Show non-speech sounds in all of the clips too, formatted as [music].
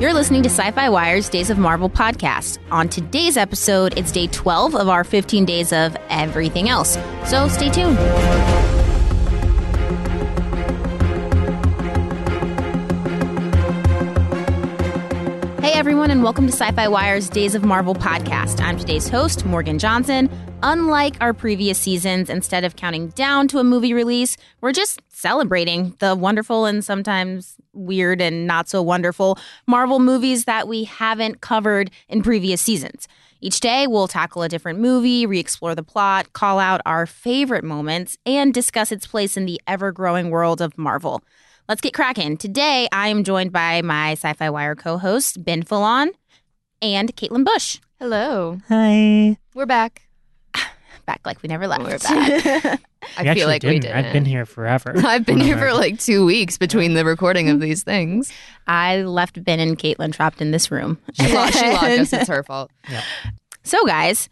You're listening to Sci Fi Wire's Days of Marvel podcast. On today's episode, it's day 12 of our 15 days of everything else. So stay tuned. Hey everyone, and welcome to Sci Fi Wire's Days of Marvel podcast. I'm today's host, Morgan Johnson. Unlike our previous seasons, instead of counting down to a movie release, we're just celebrating the wonderful and sometimes weird and not so wonderful Marvel movies that we haven't covered in previous seasons. Each day, we'll tackle a different movie, re explore the plot, call out our favorite moments, and discuss its place in the ever growing world of Marvel. Let's get cracking. Today, I am joined by my Sci Fi Wire co host, Ben Fallon, and Caitlin Bush. Hello. Hi. Oh, We're back. Back like we never left. We're back. [laughs] We I feel actually like we did. I've been here forever. [laughs] I've been One of here my- for like two weeks between the recording [laughs] of these things. [laughs] I left Ben and Caitlin trapped in this room. She locked, she locked us. It's her fault. So, guys,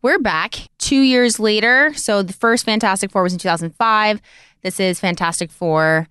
we're back two years later. So, the first Fantastic Four was in 2005. This is Fantastic Four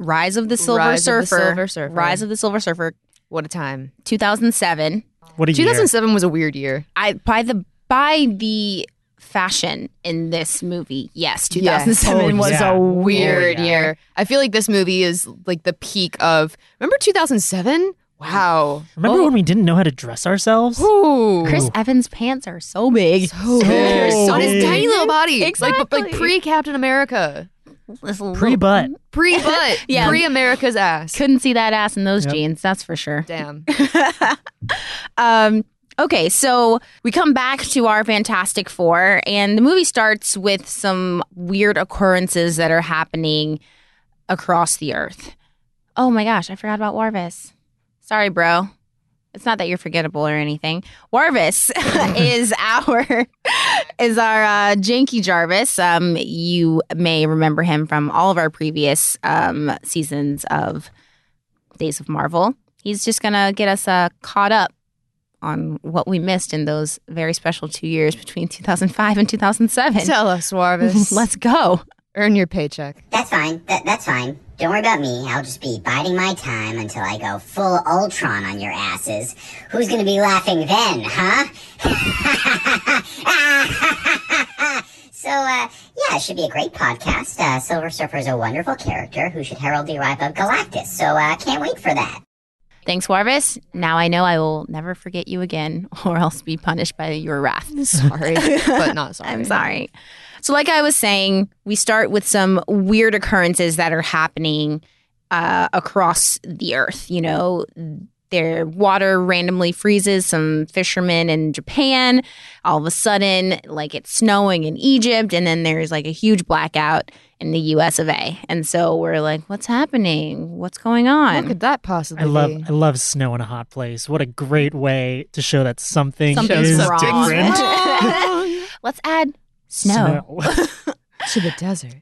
Rise of the Silver Rise Surfer. of the Silver Surfer. Rise of the Silver Surfer, What a time. 2007. What a year. 2007 was a weird year. I by the by the fashion in this movie, yes, Yeah. 2007 Oh, was yeah. a Oh, weird yeah. year. I feel like this movie is like the peak of. Remember 2007? Wow. Remember when we didn't know how to dress ourselves? Oh. Ooh. Chris Evans' pants are so big. So big. big. on his tiny little body. Like, but like Exactly. pre Captain America. This little- Pre butt. Pre butt. [laughs] Yeah. Pre America's ass. Couldn't see that ass in those Yep. jeans, that's for sure. [laughs] Damn. um, okay, so we come back to our Fantastic Four, and the movie starts with some weird occurrences that are happening across the Earth. Oh my gosh, I forgot about Warvis. Sorry, bro. It's not that you're forgettable or anything. Warvis [laughs] is our is our uh, janky Jarvis. Um, you may remember him from all of our previous um, seasons of Days of Marvel. He's just gonna get us uh, caught up on what we missed in those very special two years between 2005 and 2007. Tell us, [laughs] [laughs] Warvis. Let's go. earn your paycheck. That's fine. That, that's fine. Don't worry about me. I'll just be biding my time until I go full Ultron on your asses. Who's gonna be laughing then, huh? [laughs] so, uh, yeah, it should be a great podcast. Uh, Silver Surfer is a wonderful character who should herald the arrival of Galactus. So, uh, can't wait for that. Thanks, Warvis. Now I know I will never forget you again, [laughs] or else be punished by your wrath. [laughs] Sorry, but not sorry. I'm sorry. So, like I was saying, we start with some weird occurrences that are happening uh, across the earth. You know, their water randomly freezes, some fishermen in Japan. All of a sudden, like it's snowing in Egypt, and then there's like a huge blackout in the US of A. And so we're like, what's happening? What's going on? What could that possibly I love be? I love snow in a hot place. What a great way to show that something Something's is wrong. different. [laughs] Let's add snow. Snow. to the desert.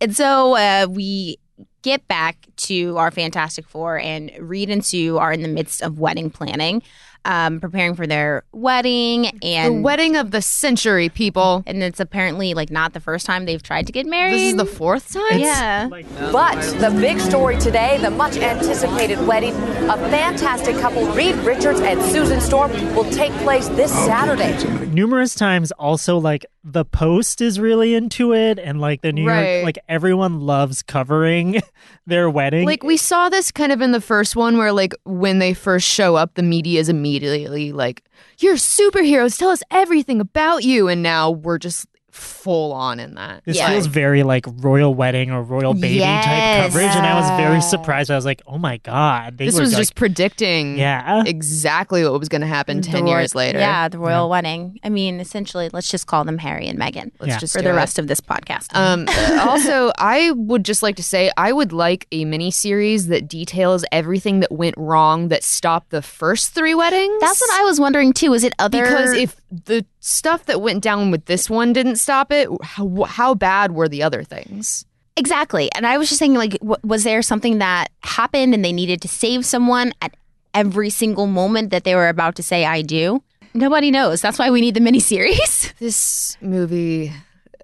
And so uh, we get back to our Fantastic Four, and Reed and Sue are in the midst of wedding planning, um, preparing for their wedding, and the wedding of the century, people. and it's apparently like not the first time they've tried to get married. This is the fourth time. yeah. But the big story today, the much anticipated wedding of fantastic couple Reed Richards and Susan Storm will take place this Saturday. [laughs] Numerous times also like the post is really into it and like the New Right. York like everyone loves covering [laughs] their wedding. Like we saw this kind of in the first one, where like when they first show up, the media is immediately like, "You're superheroes. Tell us everything about you." And now we're just full on in that. This Yeah. feels very like royal wedding or royal baby type Yes. coverage, and I was very surprised. I was like, "Oh my god!" They This were was like- just predicting yeah. exactly what was going to happen 10 The roy- years later. Yeah, the royal wedding. I mean, essentially, let's just call them Harry and Meghan Let's Yeah. just for do the it. rest of this podcast. [laughs] Um, also, I would just like to say I would like a mini series that details everything that went wrong that stopped the first three weddings. That's what I was wondering too. Is it other? Because if the stuff that went down with this one didn't stop it, how, how bad were the other things? exactly, and I was just thinking, like, w- was there something that happened and they needed to save someone at every single moment that they were about to say "I do"? Nobody knows. That's why we need the miniseries. [laughs] This movie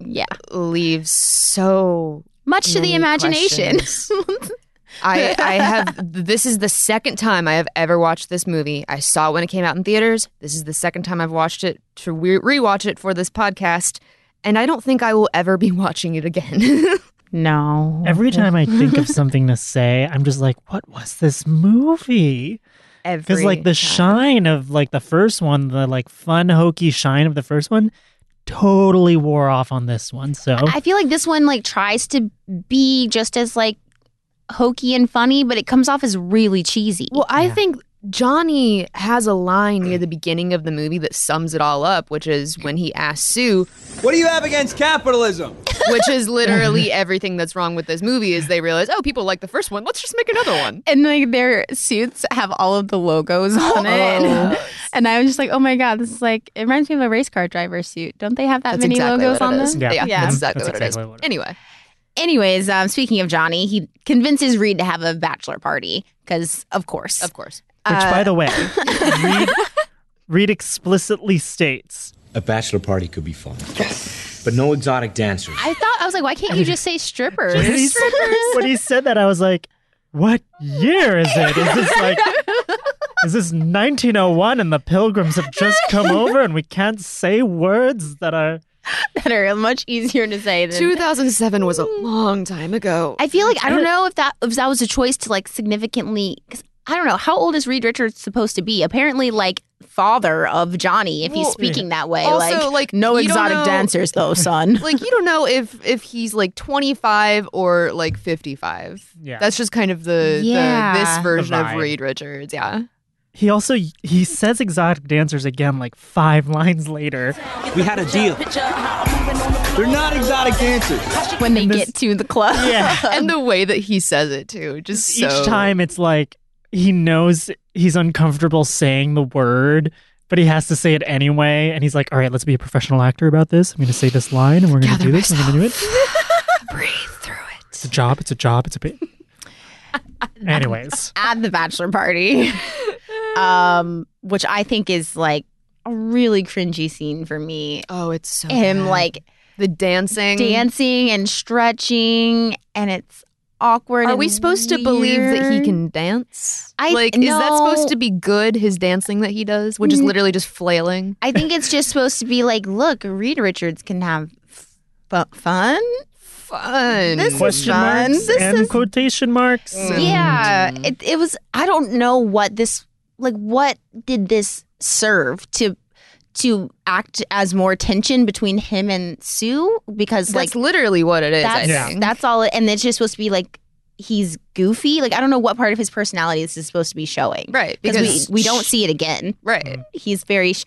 yeah, leaves so much to the many imagination. questions. [laughs] I, I have this is the second time I have ever watched this movie. I saw it when it came out in theaters. This is the second time I've watched it to re- rewatch it for this podcast, and I don't think I will ever be [laughs] watching it again. [laughs] no, Every time I think of something to say, I'm just like, "What was this movie?" Every Because like the shine of like the first one, the like fun hokey shine of the first one, totally wore off on this one. So I feel like this one like tries to be just as like hokey and funny, but it comes off as really cheesy. Well, I think Johnny has a line near the beginning of the movie that sums it all up, which is when he asks Sue, What do you have against capitalism? which [laughs] is literally everything that's wrong with this movie is they realize, oh, people like the first one, let's just make another one. and like their suits have all of the logos [laughs] on it. And I was just like, oh my god, this is like it reminds me of a race car driver's suit. Don't they have that many logos what on it is. them? Yeah. Yeah, Yeah. that's exactly That's what exactly it is. what it is. Anyway, Anyways, um, speaking of Johnny, he convinces Reed to have a bachelor party because, of course, of course. Which, by the way, uh, [laughs] Reed, Reed explicitly states A bachelor party could be fun, but no exotic dancers. I thought I was like, why can't you just say strippers? when he, when he said that, I was like, "What year is it? Is this like?" Is this 1901 and the pilgrims have just come over and we can't say words that are. that are much easier to say than 2007 was a long time ago. I feel like I don't know if that if that was a choice to like significantly. Cause I don't know how old is Reed Richards supposed to be. Apparently, like father of Johnny, if he's Well, speaking that way. also, like, no you don't exotic know- dancers though, son. [laughs] like you don't know if if he's like 25 or like 55. Yeah. That's just kind of the, Yeah. Um, the this version of vibe. Reed Richards. Yeah. He also he says exotic dancers again like five lines later. We had a deal. They're not exotic dancers. when they get to the club, Yeah. and the way that he says it too, just so Each time it's like he knows he's uncomfortable saying the word, but he has to say it anyway. And he's like, all right, let's be a professional actor about this. I'm going to say this line and we're going to do this. and We're going to do it. breathe through it. It's a job. It's a job. It's [laughs] a bit. Anyways, [laughs] at the bachelor party, um, which I think is like a really cringy scene for me. Oh, it's so Him bad. like the dancing. dancing and stretching, and it's awkward. Are and we supposed to believe that he weird. can dance? I- like, is that no. supposed to be good? His dancing that he does, which is literally just flailing. I think it's just supposed to be like, look, Reed Richards can have f- fun. Fun. This is- question fun. marks This and is- quotation marks. Mm-hmm. and- Yeah, it it was. I don't know what this like. What did this serve to to act as more tension between him and Sue? Because like that's literally what it is. I that's think. that's all. it- And it's just supposed to be like he's goofy. Like I don't know what part of his personality this is supposed to be showing. right Because we, we don't see Mm, it again. right. He's very sh-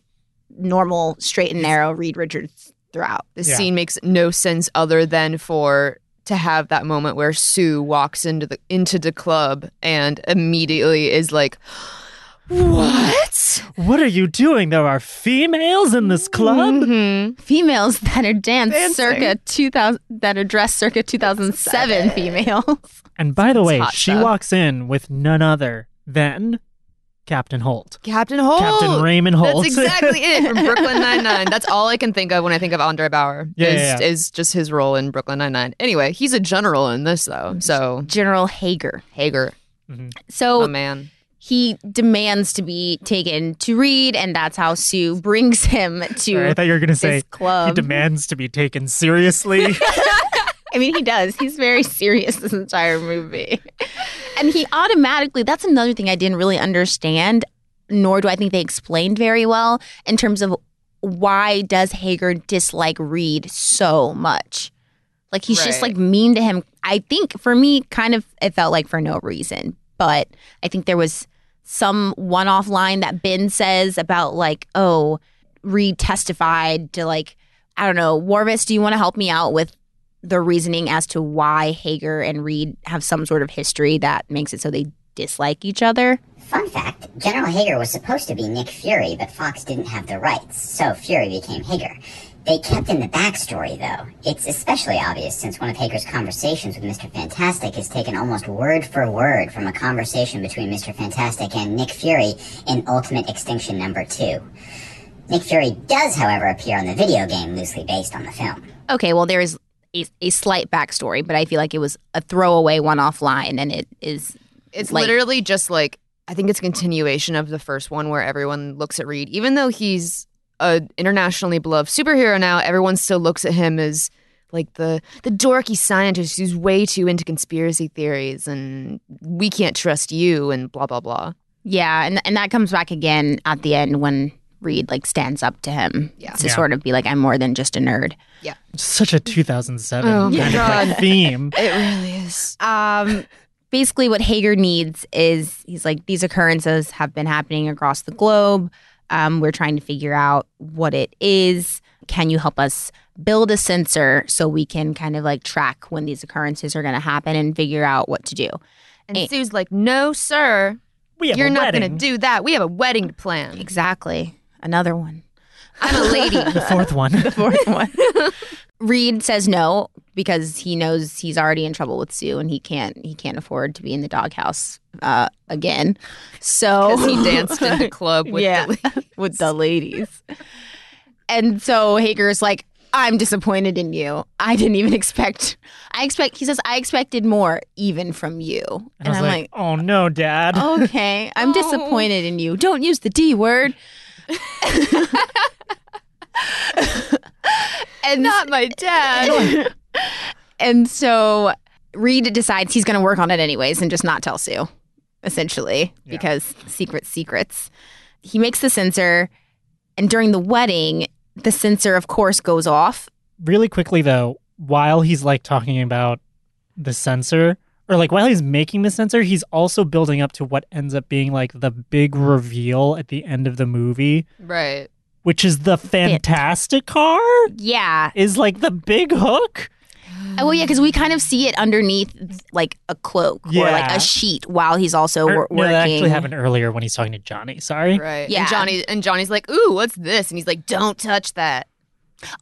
normal, straight and narrow Reed Richards throughout. The Yeah. scene makes no sense other than for to have that moment where Sue walks into the into the club and immediately is like, "What?" What are you doing? There are females in this club. Mhm. females that are dance Dancing. circa 2000 that are dressed circa 2007 females And by the way, hot she stuff. walks in with none other than Captain Holt. Captain Holt. Captain Raymond [laughs] Holt. Oh, That's exactly it from Brooklyn Nine Nine. That's all I can think of when I think of Andre Bauer. Yeah, is, yeah, yeah. is just his role in Brooklyn Nine Nine. Anyway, he's a general in this though, so general hager Um, Hager, Mm-hmm. so oh man, he demands to be taken to reed and that's how sue brings him to Sorry, I thought you were going to say this club he demands to be taken seriously. [laughs] i mean he does he's very serious this entire movie and he automatically that's another thing i didn't really understand nor do i think they explained very well in terms of why does Hager dislike Reed so much? Like he's just Right. like mean to him. I think for me, kind of, it felt like for no reason. But I think there was some one-off line that Ben says about like, oh, Reed testified to like, I don't know, Warvis, do you want to help me out with the reasoning as to why Hager and Reed have some sort of history that makes it so they dislike each other? Fun fact General Hager was supposed to be Nick Fury, but Fox didn't have the rights, so Fury became Hager. They kept in the backstory, though. It's especially obvious since one of Hager's conversations with Mr. Fantastic is taken almost word for word from a conversation between Mr. Fantastic and Nick Fury in Ultimate Extinction number 2. Nick Fury does, however, appear on the video game loosely based on the film. Okay, well, there is a, a slight backstory, but I feel like it was a throwaway one-off line, and it is It's Like- literally just like I think it's a continuation of the first one where everyone looks at Reed, even though he's a internationally beloved superhero now. Everyone still looks at him as like the the dorky scientist who's way too into conspiracy theories and we can't trust you and blah blah blah. yeah, and and that comes back again at the end when Reed like stands up to him Yeah. to sort of be like, I'm more than just a nerd. Such a 2007 Oh my kind of like God. theme. It really is. Um, basically, what Hager needs is he's like, these occurrences have been happening across the globe. Um, we're trying to figure out what it is. Can you help us build a sensor so we can kind of like track when these occurrences are going to happen and figure out what to do? And Eh. Sue's like, "No, sir, We have you're a not wedding. going to do that. We have a wedding to [laughs] plan. Exactly. Another one. I'm a lady." [laughs] the [laughs] fourth one. [laughs] fourth one. Reed says no because he knows he's already in trouble with Sue and he can't he can't afford to be in the doghouse uh, again. [laughs] So Because he danced in the club with Yeah. the with the [laughs] ladies. And so Hager's like, I'm disappointed in you. I didn't even [laughs] expect I expect he says, I expected more even from you. And I was like, oh no, dad. okay, I'm disappointed in you. Don't use the D word. and not my dad. [laughs] and so Reed decides he's going to work on it anyways and just not tell Sue, essentially, because secret secrets. He makes the sensor, and during the wedding, the sensor, of course, goes off. Really quickly though, while he's like talking about the sensor, or like while he's making the sensor, he's also building up to what ends up being like the big reveal at the end of the movie, right. which is the Fantastic Car Yeah. is like the big hook. Oh, well, yeah, because we kind of see it underneath like a cloak or like Yeah. a sheet while he's also Or- wor- no, working. that actually happened earlier when he's talking to Johnny. Sorry. Right. Yeah. And Johnny and Johnny's like, "Ooh, what's this?" And he's like, "Don't touch that."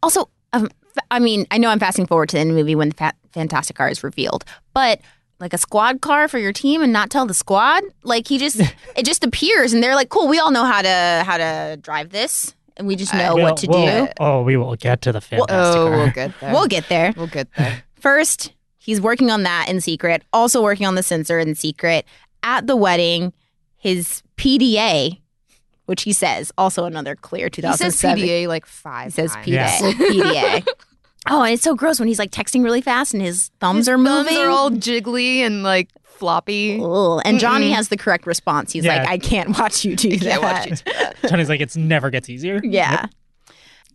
Also, um, f- I mean, I know I'm fasting forward to the end of the movie when the fa- Fantastic Car is revealed, but like a squad car for your team and not tell the squad, like he just it just appears and they're like, cool, we all know how to how to drive this, and we just know We'll- what to we'll- do. Oh, we will get to the Fantastic Oh, Car. we'll get there. We'll get there. We'll get there. First, he's working on that in secret, also working on the sensor in secret. At the wedding, his PDA, which he says, also another clear He says 2007. PDA like five. He says times. PDA. [laughs] PDA. [laughs] Oh, and it's so gross when he's like texting really fast and his thumbs His are moving. Thumbs are all jiggly and like floppy. Ugh. And Johnny Mm-mm. has the correct response. He's Yeah. like, I can't watch you do that. can't watch [laughs] you do [laughs] Tony's like, it's never gets easier. Yeah.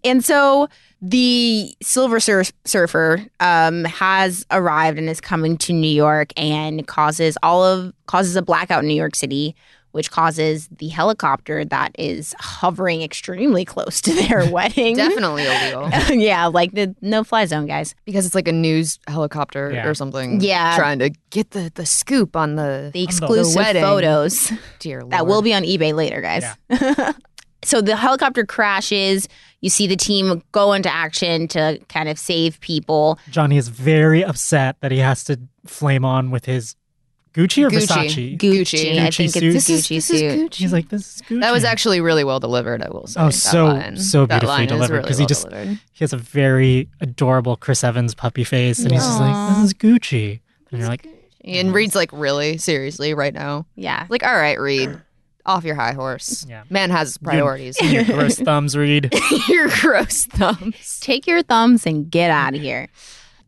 And so the Silver Sur- Surfer um, has arrived and is coming to New York and causes all of causes a blackout in New York City, which causes the helicopter that is hovering extremely close to their [laughs] wedding. Definitely [laughs] illegal yeah, like the no fly zone guys. because it's like a news helicopter Yeah. or something. Yeah. trying to get the the scoop on the The the exclusive wedding. photos. dear. That Lord. will be on eBay later, guys. [laughs] so the helicopter crashes. You see the team go into action to kind of save people. Johnny is very upset that he has to flame on with his Gucci or Gucci. Versace. Gucci. I Gucci think suit. it's This a is, Gucci this is suit. Gucci. He's like, this is Gucci. That was actually really well delivered. I will say. Oh, that so- line. so That beautifully line is delivered, really 'cause he well just- delivered. He has a very adorable Chris Evans puppy face, and he's just like, this is Gucci. And you're like, Mm-hmm. and Reed's like really seriously right now. Yeah. Like, all right, Reed, off your high horse. Yeah. Man has his priorities. [laughs] [laughs] your gross thumbs read. your gross thumbs. Take your thumbs and get out of here.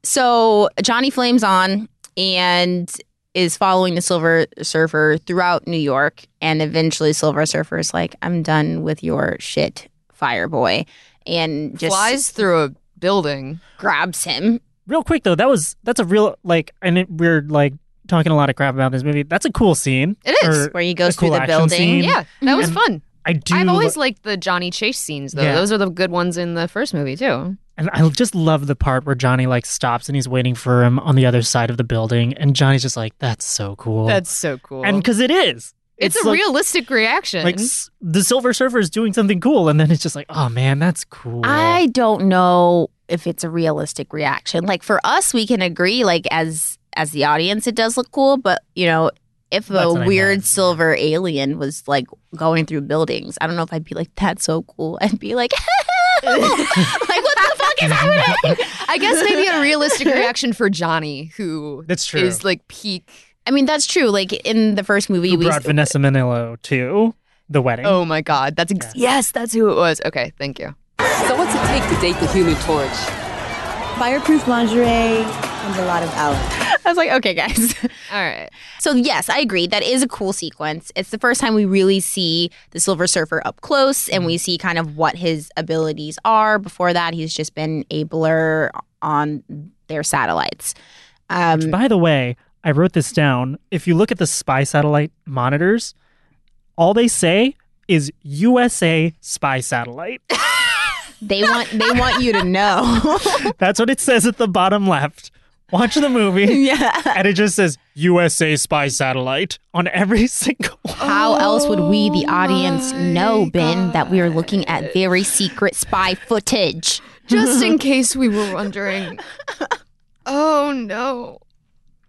So Johnny flames on and is following the Silver Surfer throughout New York. And eventually, Silver Surfer is like, I'm done with your shit, Fireboy. and just flies through a building. grabs him. Real quick though, that was that's a real like, and it, we're like talking a lot of crap about this movie. That's a cool scene. It is. Or Where he a goes through cool the action building. scene. Yeah, that was And fun. I do. I've always liked the Johnny Chase scenes though. Yeah. Those are the good ones in the first movie too. And I just love the part where Johnny like stops and he's waiting for him on the other side of the building, and Johnny's just like, "That's so cool." so cool. and because it is. it's, a like- realistic reaction. like s- the Silver Surfer is doing something cool, and then it's just like, "Oh man, that's cool." I don't know if it's a realistic reaction. Like for us, we can agree. Like as as the audience, it does look cool, but you know. If That's a what I weird meant. silver alien was like going through buildings, I don't know if I'd be like, "That's so cool." I'd be like, [laughs] "Like what the fuck [laughs] is happening?" I guess maybe a realistic reaction for Johnny, who That's true. is like peak. I mean, that's true. Like in the first movie, Who we brought Vanessa Manillo to the wedding? Oh my god, that's ex- yes, that's who it was. Okay, thank you. So what's it take to date the human torch? Fireproof lingerie and a lot of hours. [laughs] I was like, okay, guys. All right, So yes, I agree. That is a cool sequence. It's the first time we really see the Silver Surfer up close, and we see kind of what his abilities are. Before that, he's just been a blur on their satellites. Um, By the way, I wrote this down. If you look at the spy satellite monitors, all they say is USA spy satellite. they want they want you to know. That's what it says at the bottom left. Watch the [laughs] movie, yeah. and it just says USA spy satellite on every [laughs] single one. How else would we, the audience, know, Ben, that we are looking at very secret spy footage? just [laughs] in case we were wondering. Oh no,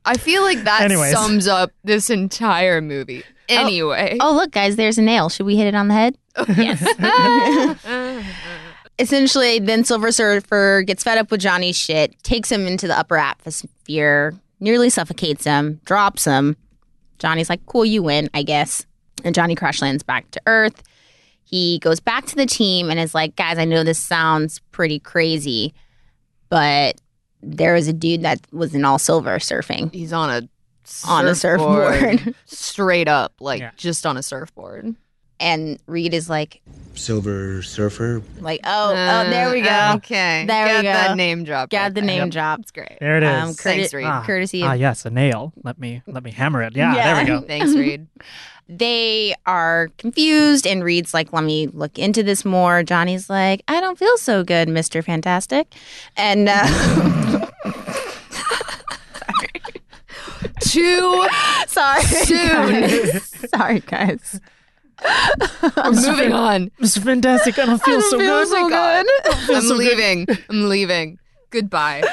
I feel like that Anyways. sums up this entire movie. Anyway, Oh, look, guys, there's a nail. Should we hit it on the head? [laughs] Essentially, then Silver Surfer gets fed up with Johnny's shit, takes him into the upper atmosphere, nearly suffocates him, drops him. Johnny's like, cool, you win, I guess. And Johnny crash lands back to Earth. He goes back to the team and is like, guys, I know this sounds pretty crazy, but there was a dude that was in all silver surfing. he's on a On a surfboard. [laughs] straight up, like Yeah. just on a surfboard. And Reed is like, Silver Surfer. like, oh, oh, there we Uh, go. Okay, There we Got go. That name drop. Got right the there. name drop. It's great. There it is. Um, Thanks, Reed. Ah. courtesy of ah, yes, a nail. Let me let me hammer it. Yeah, there we go. [laughs] Thanks, Reed. they are confused and Reed's like, let me look into this more. Johnny's like, I don't feel so good, Mr. Fantastic. And uh, [laughs] Two. sorry. Soon. guys. sorry, guys. We're moving on. Mr. Fantastic, I don't feel so good. Oh so good. [laughs] I'm so good. leaving. I'm leaving. Goodbye.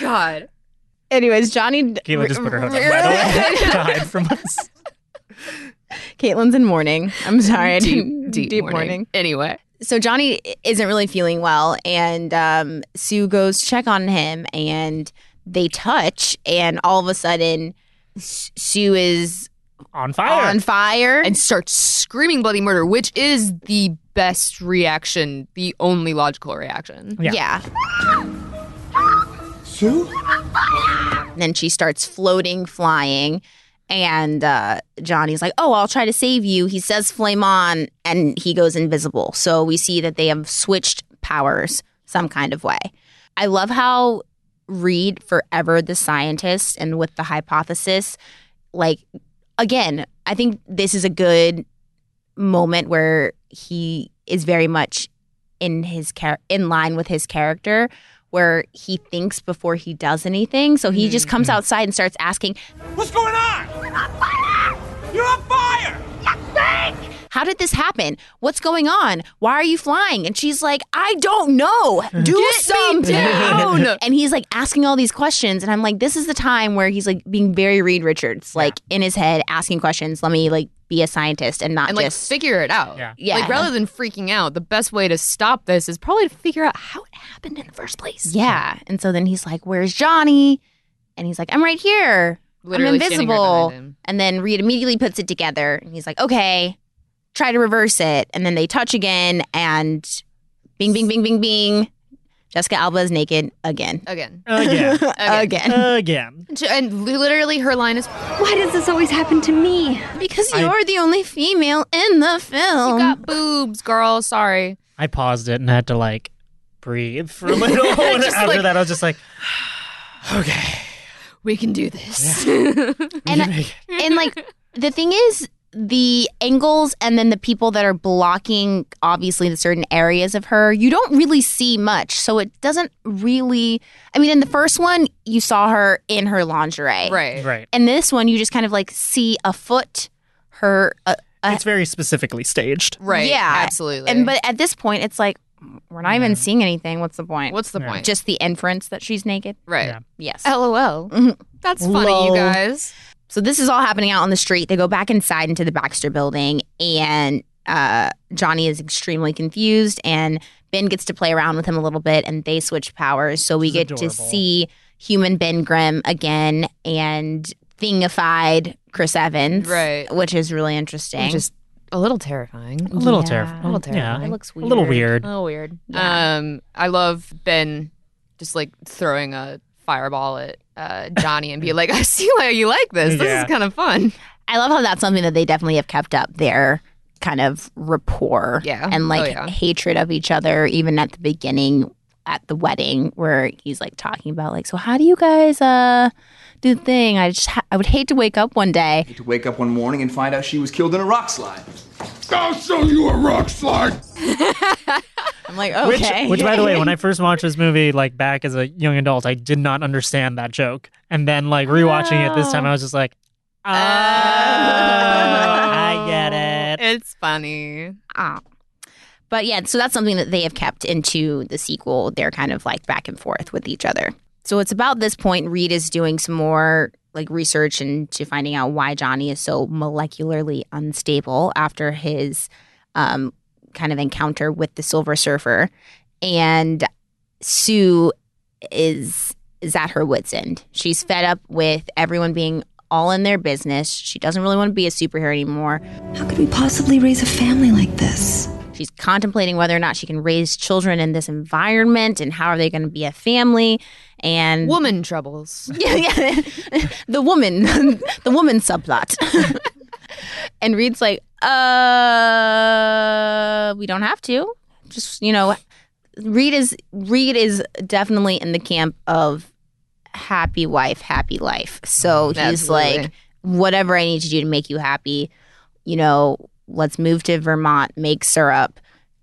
God. Anyways, Johnny. Kayla just put [laughs] her hood up, by the way, [laughs] to hide from us. Caitlin's in mourning. I'm sorry. I Deep, didn't- deep, morning. Anyway. So Johnny isn't really feeling well, and um, Sue goes to check on him, and they touch, and all of a sudden, S- Sue is On fire. on fire. And starts screaming bloody murder, which is the best reaction, the only logical reaction. Yeah. yeah. Sue? then she starts floating, flying. And uh, Johnny's like, Oh, I'll try to save you. He says, Flame on, and he goes invisible. So we see that they have switched powers some kind of way. I love how Reed, forever the scientist and with the hypothesis, like, again, I think this is a good moment where he is very much in his char- in line with his character where he thinks before he does anything. So he just comes outside and starts asking, What's going on? You're on fire! How did this happen? What's going on? Why are you flying? And she's like, I don't know. Do something. down. and he's like asking all these questions. And I'm like, this is the time where he's like being very Reed Richards, like in his head, asking questions. Let me like be a scientist and not And like just figure it out. Yeah. Yeah. Like rather than freaking out, the best way to stop this is probably to figure out how it happened in the first place. Yeah. And so then he's like, Where's Johnny? And he's like, I'm right here. Literally I'm standing right invisible. behind him. and then Reed immediately puts it together and he's like, Okay, try to reverse it. And then they touch again and bing bing bing bing bing. Jessica Alba is naked again. Again. Again. [laughs] Again. Again. And literally her line is Why does this always happen to me? Because I- you're the only female in the You film. got boobs, girl. Sorry. I paused it and had to like breathe for a little. and [laughs] after like- that, I was just like, We can do this. [laughs] [laughs] And and like the thing is the angles and then the people that are blocking obviously the certain areas of her you don't really see much so it doesn't really i mean in the first one you saw her in her lingerie right. right. and this one you just kind of like see a foot her uh, I- It's very specifically staged. Right. Yeah. Absolutely. and but at this point it's like we're not even seeing anything what's the point what's the Yeah. point? just the inference that she's naked right. Yeah. yes LOL. Mhm. That's funny, you Lol. guys. So this is all happening out on the street. They go back inside into the Baxter building, and uh, Johnny is extremely confused. And Ben gets to play around with him a little bit, and they switch powers. So we Which is get to adorable. see human Ben Grimm again and thingified Chris Evans, Right. Which is really interesting. Which is a little terrifying. A little Yeah. terrifying. A little Yeah. terrifying. it looks A weird. little weird. A little weird. Yeah. Um, I love Ben just like throwing a fireball at uh, Johnny and [laughs] be like, I see why you like this. This Yeah. is kind of fun. I love how that's something that they definitely have kept up their kind of rapport Yeah. and like Oh, yeah. hatred of each other, even at the beginning at the wedding where he's like talking about like, so how do you guys uh do the thing? I just ha- I would hate to wake up one day. To wake up one morning and find out she was killed in a rock slide. I'll show you a rock slide. I'm like, Which, okay. which, by the way, [laughs] when I first watched this movie, like back as a young adult, I did not understand that joke. And then, like rewatching it this time, I was just like, oh, I [laughs] get it. It's funny. Ah. But yeah, so that's something that they have kept into the sequel. They're kind of like back and forth with each other. So it's about this point Reed is doing some more like research into finding out why Johnny is so molecularly unstable after his um, kind of encounter with the Silver Surfer. And Sue is is at her wits end. She's fed up with everyone being all in their business. She doesn't really want to be a superhero anymore. How could we possibly raise a family like this? She's contemplating whether or not she can raise children in this environment and how are they going to be a family and Woman [laughs] troubles. [laughs] yeah, yeah. the woman [laughs] the woman subplot. [laughs] and Reed's like, "Uh, we don't have to. Just, you know, Reed is Reed is definitely in the camp of happy wife, happy life. So he's Absolutely. like whatever I need to do to make you happy, you know, let's move to Vermont, make syrup,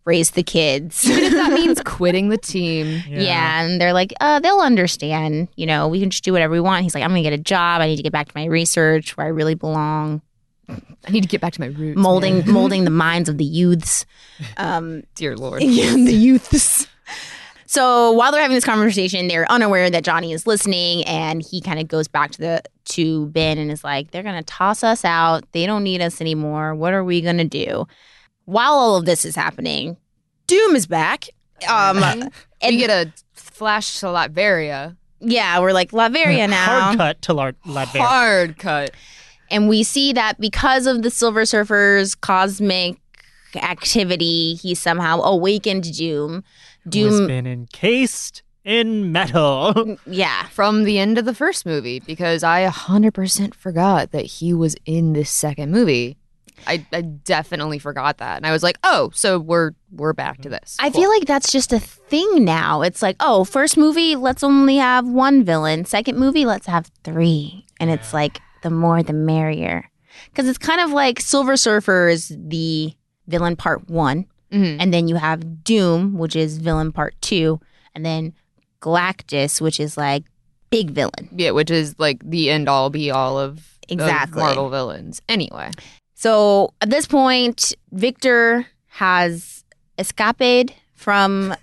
raise the kids. [laughs] Even if that means quitting the team. Yeah. and they're like, uh, they'll understand. You know, we can just do whatever we want. He's like, I'm gonna get a job. I need to get back to my research where I really belong, I need to get back to my roots. man. [laughs] molding molding the minds of the youths, um, Dear [laughs] Lord. the youths. So while they're having this conversation, they're unaware that Johnny is listening, and he kind of goes back to the to Ben and is like, "They're gonna toss us out. They don't need us anymore. What are we gonna do?" While all of this is happening, Doom is back. Um, And and you get a flash to Latveria. yeah, we're like Laveria now. Hard cut to Lar- Latveria. Hard cut. And we see that because of the Silver Surfer's cosmic activity, he somehow awakened Doom. who has Doom, been encased in metal. [laughs] yeah. From the end of the first movie, because I 100% forgot that he was in this second movie. I, I definitely forgot that. And I was like, oh, so we're we're back to this. I feel like that's just a thing now. It's like, oh, first movie, let's only have one villain. Second movie, let's have three. And it's like, the more, the merrier. Because it's kind of like Silver Surfer is the villain part one. Mhm. And then you have Doom, which is villain part two. And then Galactus, which is like big villain. Yeah, which is like the end all be all of of Exactly. Marvel villains. Anyway, So at this point, Victor has escaped [laughs] from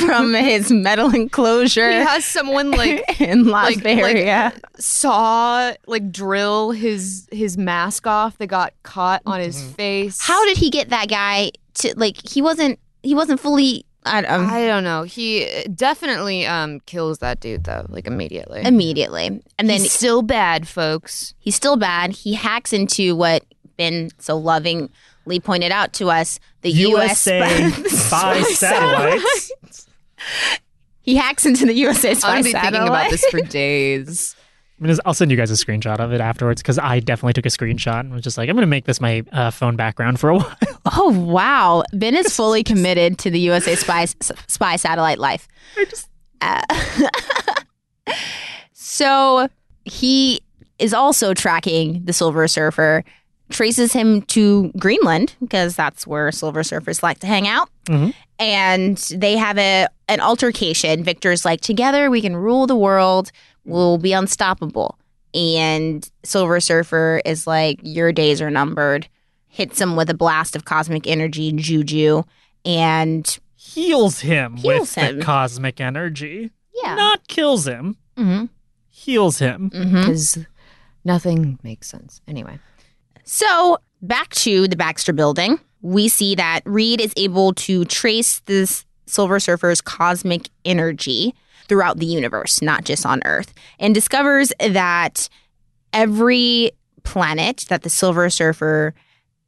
from his metal enclosure he has [laughs] [laughs] someone like in Las like- like- Vegas. saw like drill his his mask off that got caught on his face. How did he get that guy to like? He wasn't. He wasn't fully. I don't know, I don't know. He definitely um kills that dude though, like immediately. immediately, and then He's still bad, folks. he's still bad. He hacks into what Ben so lovingly pointed out to us: the U.S. USA [laughs] by satellites. [laughs] He hacks into the USA spy I'm gonna be satellite. [laughs] thinking about this for days. I mean, I'll send you guys a screenshot of it afterwards because I definitely took a screenshot and was just like, I'm going to make this my uh, phone background for a while. [laughs] Oh wow, Ben is fully committed to the USA spy s- spy satellite life. Uh, [laughs] so he is also tracking the Silver Surfer, traces him to Greenland because that's where Silver Surfers like to hang out, Mhm. and they have a an altercation. Victor's like, "Together we can rule the world. We'll be unstoppable." And Silver Surfer is like, "Your days are numbered." hits him with a blast of cosmic energy juju and Heals him Heals with him. the cosmic energy. yeah Not kills him, hmm heals him. hmm because Mm-hmm. nothing makes sense. Anyway, so back to the baxter building we see that reed is able to trace this silver surfer's cosmic energy throughout the universe not just on earth and discovers that every planet that the silver surfer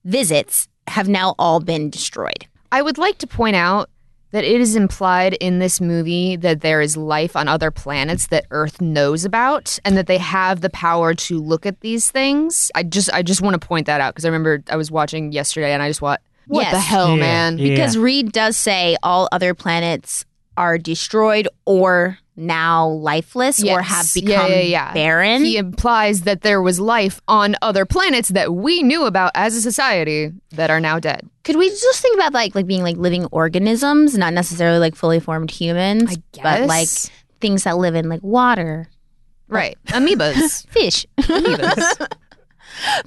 visits have now all been destroyed I would like to point out that it is implied in this movie that there is life on other planets that Earth knows about and that they have the power to look at these things. I just I just want to point that out because I remember I was watching yesterday and I just what what the Yes. hell, Yeah, Oh, man? yeah. Because Reed does say all other planets are destroyed or now lifeless or Yes. have Yeah, become yeah, yeah. barren. He implies that there was life on other planets that we knew about as a society that are now dead. Could we just think about like like being like living organisms, not necessarily like fully formed humans, I but like guess. things that live in like water, Right. [laughs] Amoebas. fish. Amoebas.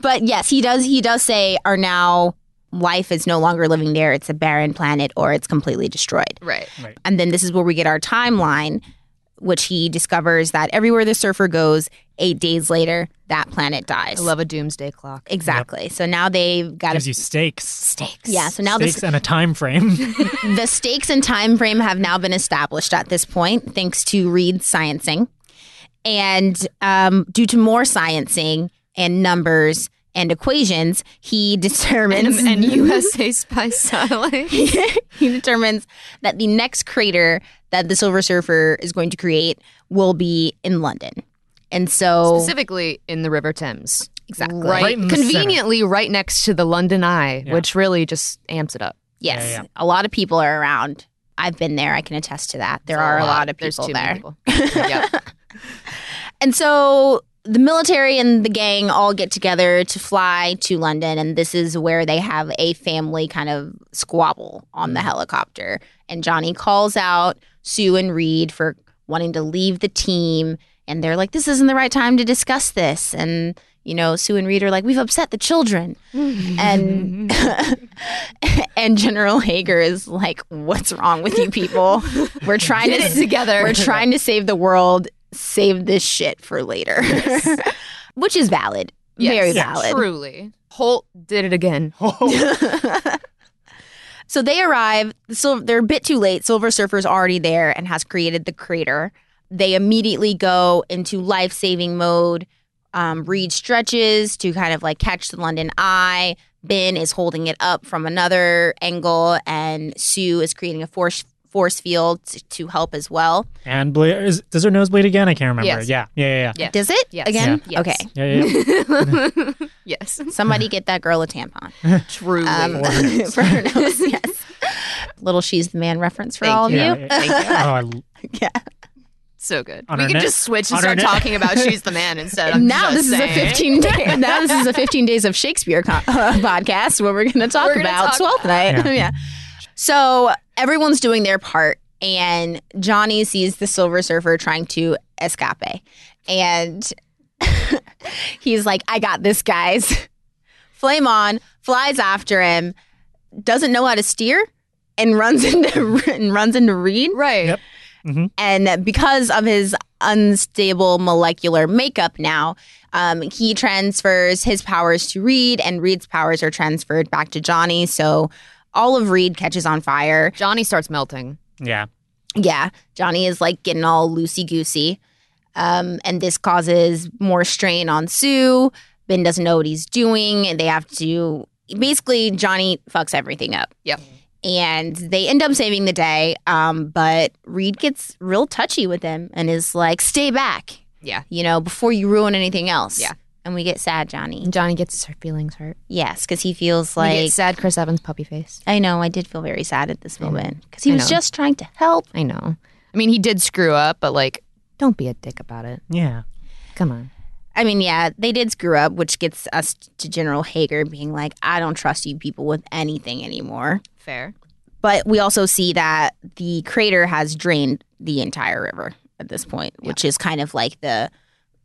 but yes, he does he does say are now life is no longer living there. It's a barren planet or it's completely destroyed. Right. And then this is where we get our timeline, which he discovers that everywhere the surfer goes, eight days later, that planet dies. I love a doomsday clock. exactly. So now they've got Gives a, you stakes. Stakes. yeah. So now stakes the, and a time frame. the stakes and time frame have now been established at this point, thanks to Reed's sciencing, and um, due to more sciencing and numbers and equations, he [laughs] And, determines [laughs] and [laughs] USA spy satellite. he determines that the next crater that the Silver Surfer is going to create will be in London. And so, specifically in the River Thames. Oh. exactly. Right, Right in the conveniently right next to the London Eye, Yeah. which really just amps it up. Yes. Yeah, yeah. A lot of people are around. I've been there. I can attest to that. There It's are a lot of There's people too there. many people. [laughs] [laughs] Yep. And so the military and the gang all get together to fly to London. And this is where they have a family kind of squabble on Hmm. the helicopter. And Johnny calls out Sue and Reed for wanting to leave the team. And they're like, this isn't the right time to discuss this. And, you know, Sue and Reed are like, we've upset the children. [laughs] and [laughs] and General Hager is like, what's wrong with you people? We're trying Get to it together. we're trying to save the world. Save this shit for later, [laughs] which is valid. [laughs] Yes. Very Yeah, valid. Truly. Holt did it again. So they arrive. So they're a bit too late. Silver Surfer's already there and has created the crater. They immediately go into life saving mode. Um, Reed stretches to kind of like catch the London Eye. Ben is holding it up from another angle, and Sue is creating a force force field to, to help as well. and ble- is, does her nose bleed again? I can't remember. Yes. Yeah. Yeah. Yeah. Yeah. Yes. Does it Yes. again? Yeah. Yes. Okay, Yeah. yeah, yeah. [laughs] yes. somebody get that girl a tampon. Truly. Um, [laughs] for her [laughs] nose, yes. Little she's the man reference for Thank all of you. Yeah, yeah, yeah. oh, I- so good. On we our can net- just switch and on our start net- talking [laughs] about she's the man instead. I'm now just this saying. is a 15 [laughs] day, now this is a 15 days of Shakespeare co- uh, podcast where we're going to talk We're gonna about talk- Twelfth Night. [laughs] Yeah. Yeah. So everyone's doing their part, and Johnny sees the Silver Surfer trying to escape, and [laughs] he's like, "I got this, guys." [laughs] Flame on flies after him, doesn't know how to steer, and runs [laughs] into and runs into Reed. Right. Yep. And because of his unstable molecular makeup now, um, he transfers his powers to Reed, and Reed's powers are transferred back to Johnny. So all of Reed catches on fire. Johnny starts melting. yeah. Yeah, Johnny is like getting all loosey goosey. Um, and this causes more strain on Sue. Ben doesn't know what he's doing. And they have to basically, Johnny fucks everything up. Yep. And they end up saving the day. Um, but Reed gets real touchy with him and is like, stay back. Yeah. you know, before you ruin anything else. Yeah. And we get sad, Johnny. And Johnny gets her feelings hurt. Yes, because he feels Like like sad Chris Evans puppy face. I know. I did feel very sad at this moment because he I was know. just trying to help. I know. I mean, he did screw up, but like, don't be a dick about it. Yeah. Come on. I mean, yeah, they did screw up, which gets us to General Hager being like, "I don't trust you people with anything anymore." Fair. But we also see that the crater has drained the entire river at this point, which is kind of like the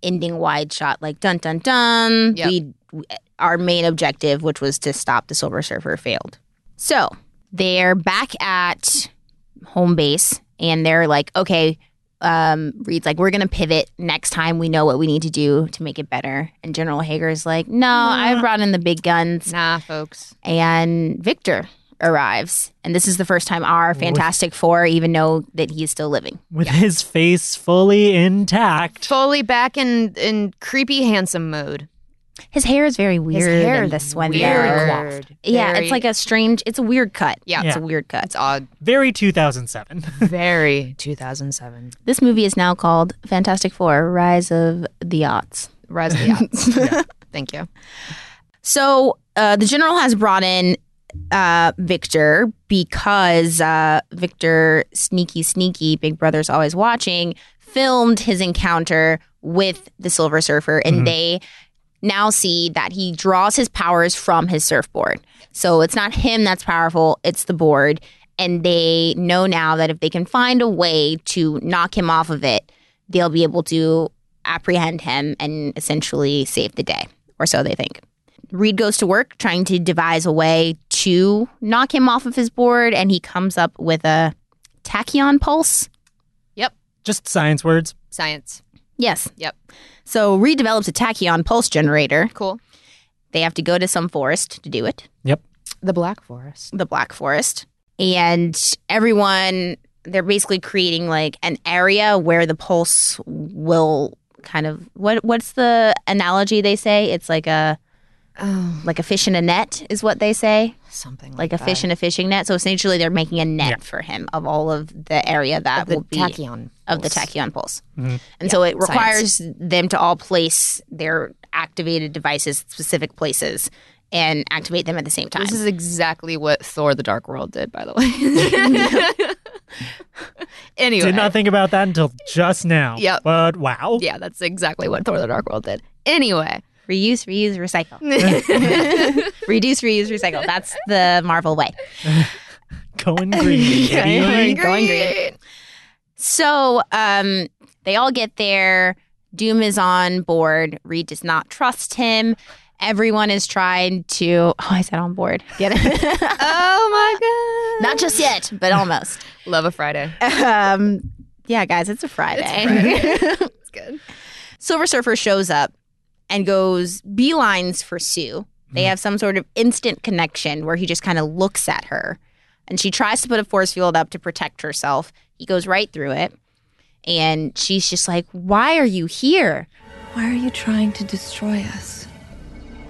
ending wide shot, like dun dun dun. Yep. We, we our main objective, which was to stop the Silver Surfer, failed. So they're back at home base, and they're like, okay. Um, Reed's like, we're gonna pivot next time. We know what we need to do to make it better. And General Hager is like, no, I brought in the big guns Nah, folks. and Victor arrives. And this is the first time our Fantastic Four even know that he's still living. With his face fully intact. Fully back in in creepy handsome mode. His hair is very weird hair in is this one. weird. though. Weird. Yeah, Very- it's like a strange, it's a weird cut. Yeah. It's a Yeah. weird cut. It's odd. Very 2007. [laughs] Very 2007. This movie is now called Fantastic Four Rise of the Odds. Rise of the Yachts. [laughs] Yeah. Thank you. So uh, the general has brought in uh, Victor because uh, Victor, sneaky, sneaky, Big Brother's always watching, filmed his encounter with the Silver Surfer, and they now see that he draws his powers from his surfboard. So it's not him that's powerful, it's the board. And they know now that if they can find a way to knock him off of it, they'll be able to apprehend him and essentially save the day, or so they think. Reed goes to work trying to devise a way to knock him off of his board, and he comes up with a tachyon pulse. [laughs] Just science words. Science. Yes. Yep. So Reed develops a tachyon pulse generator. Cool. They have to go to some forest to do it, Yep. The Black Forest. the Black Forest. And everyone, they're basically creating like an area where the pulse will kind of what what's the analogy they say? It's like a Oh, like a fish in a net is what they say. something like, like a that. fish in a fishing net. So essentially, they're making a net for him of all of the area that Of the will be tachyon. of the pulse. tachyon pulse. Mm-hmm. And so it requires science. them to all place their activated devices at specific places and activate them at the same time. This is exactly what Thor: The Dark World did, by the [laughs] way. anyway, Did not think about that until just now. Yep. But wow. yeah, that's exactly what Thor: The Dark World did. Anyway, reuse, reuse, [laughs] recycle. Reduce, reuse, recycle. That's the Marvel way. [laughs] Going green. baby. Going green. So um, they all get there. Doom is on board. Reed does not trust him. Everyone is trying to. Oh, I said on board. Get it? Oh my god! not just yet, but almost. Love a Friday. [laughs] Um, yeah, guys, it's a Friday. [laughs] It's good. Silver Surfer shows up and goes beelines for Sue. They have some sort of instant connection where he just kind of looks at her and she tries to put a force field up to protect herself. He goes right through it and she's just like, Why are you here? Why are you trying to destroy us?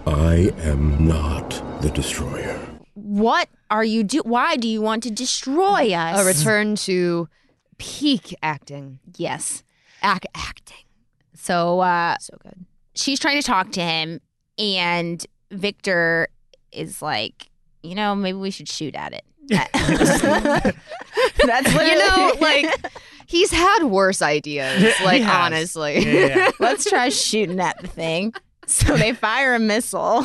I am not the destroyer. What are you do? Why do you want to destroy us? A return to peak acting. yes. Ac- acting. So uh, So good. she's trying to talk to him and Victor is like, You know, maybe we should shoot at it. [laughs] That's You know, literally- like he's had worse [laughs] ideas. He Like has. honestly. [laughs] Yeah. let's try shooting at the thing. So they fire a missile.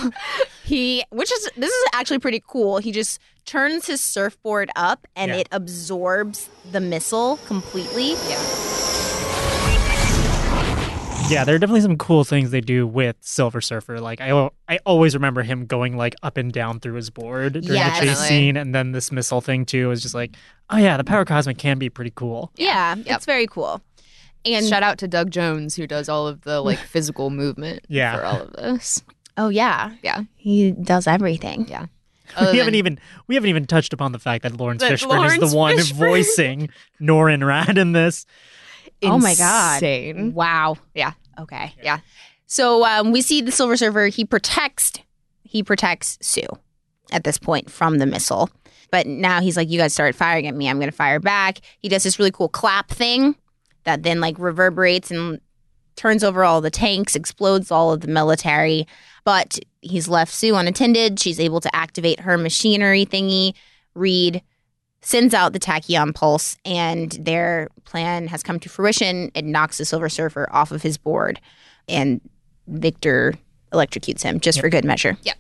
He, which is, this is actually pretty cool. He just turns his surfboard up and Yeah. it absorbs the missile completely. Yeah, there are definitely some cool things they do with Silver Surfer. Like I, al- I always remember him going like up and down through his board during Yeah, the chase definitely. scene, and then this missile thing too is just like, oh yeah, the power cosmic can be pretty cool. [laughs] Yeah. It's very cool. And, Shout out to Doug Jones who does all of the [laughs] like physical movement Yeah. for all of [laughs] this. oh, yeah. Yeah. He does everything. Yeah. we haven't even we haven't even touched upon the fact that Lawrence That Fishburne Lawrence is the one Fishburne- [laughs] voicing Norin Rad in this. Oh my God. Insane. Wow. Yeah. Okay. Yeah. So um, we see the Silver Surfer. He protects he protects Sue at this point from the missile. But now he's like, "You guys started firing at me. I'm going to fire back." He does this really cool clap thing that then like reverberates and turns over all the tanks, explodes all of the military, but he's left Sue unattended. She's able to activate her machinery thingy. Reed sends out the tachyon pulse, and their plan has come to fruition. It knocks the Silver Surfer off of his board, and Victor electrocutes him just for good measure. Yeah.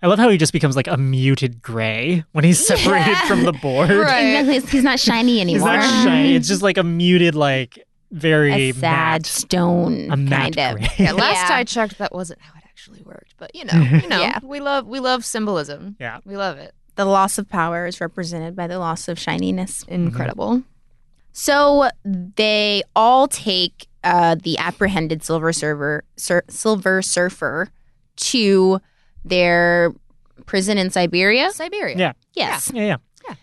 I love how he just becomes like a muted gray when he's separated from the board. Exactly. It's- [laughs] He's not shiny It's anymore. not shiny. It's just like a muted, like very a sad matte. stone, A matte kind of. gray. Yeah, last Yeah. I checked, that wasn't how it actually worked. But you know, you know, Yeah. we love we love symbolism. [laughs] Yeah. we love it. The loss of power is represented by the loss of shininess. Mm-hmm. Incredible. So they all take uh, the apprehended silver server, sur- silver surfer, to their prison in Siberia. Siberia. Yeah. Yes, Yeah, yeah.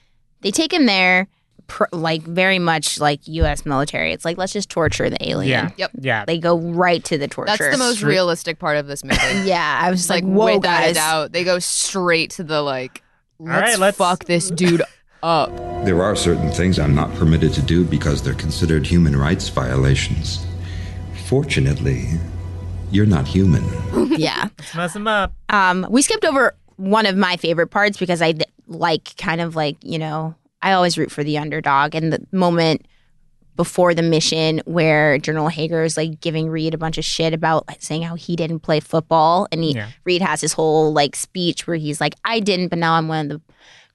they take him there, pr- like very much like U.S. military. It's like let's just torture the alien. Yeah. Yep. Yeah. They go right to the torture. That's the most Straight- realistic part of this movie. Yeah, I was just like, like, whoa, without a guys. doubt, they go straight to the like. Let's, right, let's- fuck this [laughs] dude up. There are certain things I'm not permitted to do because they're considered human rights violations. Fortunately, you're not human. [laughs] Yeah. Let's mess him up. Um, we skipped over one of my favorite parts because I d- like kind of like you know I always root for the underdog, and the moment before the mission where General Hager is like giving Reed a bunch of shit about like, saying how he didn't play football, and he Yeah. Reed has his whole like speech where he's like, "I didn't, but now I'm one of the."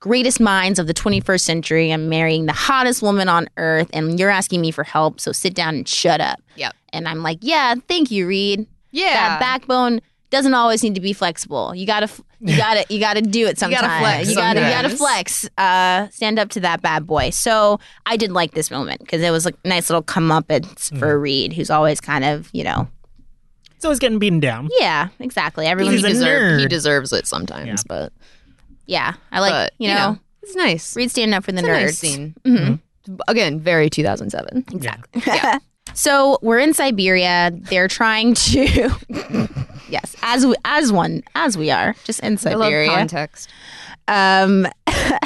Greatest minds of the 21st century. I'm marrying the hottest woman on earth, and you're asking me for help. So sit down and shut up. Yep. And I'm like, yeah, thank you, Reed Yeah. that backbone doesn't always need to be flexible. You gotta, [laughs] you gotta, you gotta do it You sometimes. gotta flex You gotta, you gotta sometimes. flex. Uh, stand up to that bad boy. So I did like this moment because it was a nice little comeuppance for Mm. Reed, who's always kind of, you know, It's always getting beaten down. yeah, exactly. Everyone, He's a Deserve- he nerd. deserves it sometimes, Yeah. but yeah, I like, but, you, know, it's nice. Reed standing up for the It's a nerds. nice scene. Mm-hmm. Mhm. Again, very 2007. Exactly. So we're in Siberia. They're trying to, [laughs] yes, as we, as one as we are, just in I love Siberia. context. um, [laughs]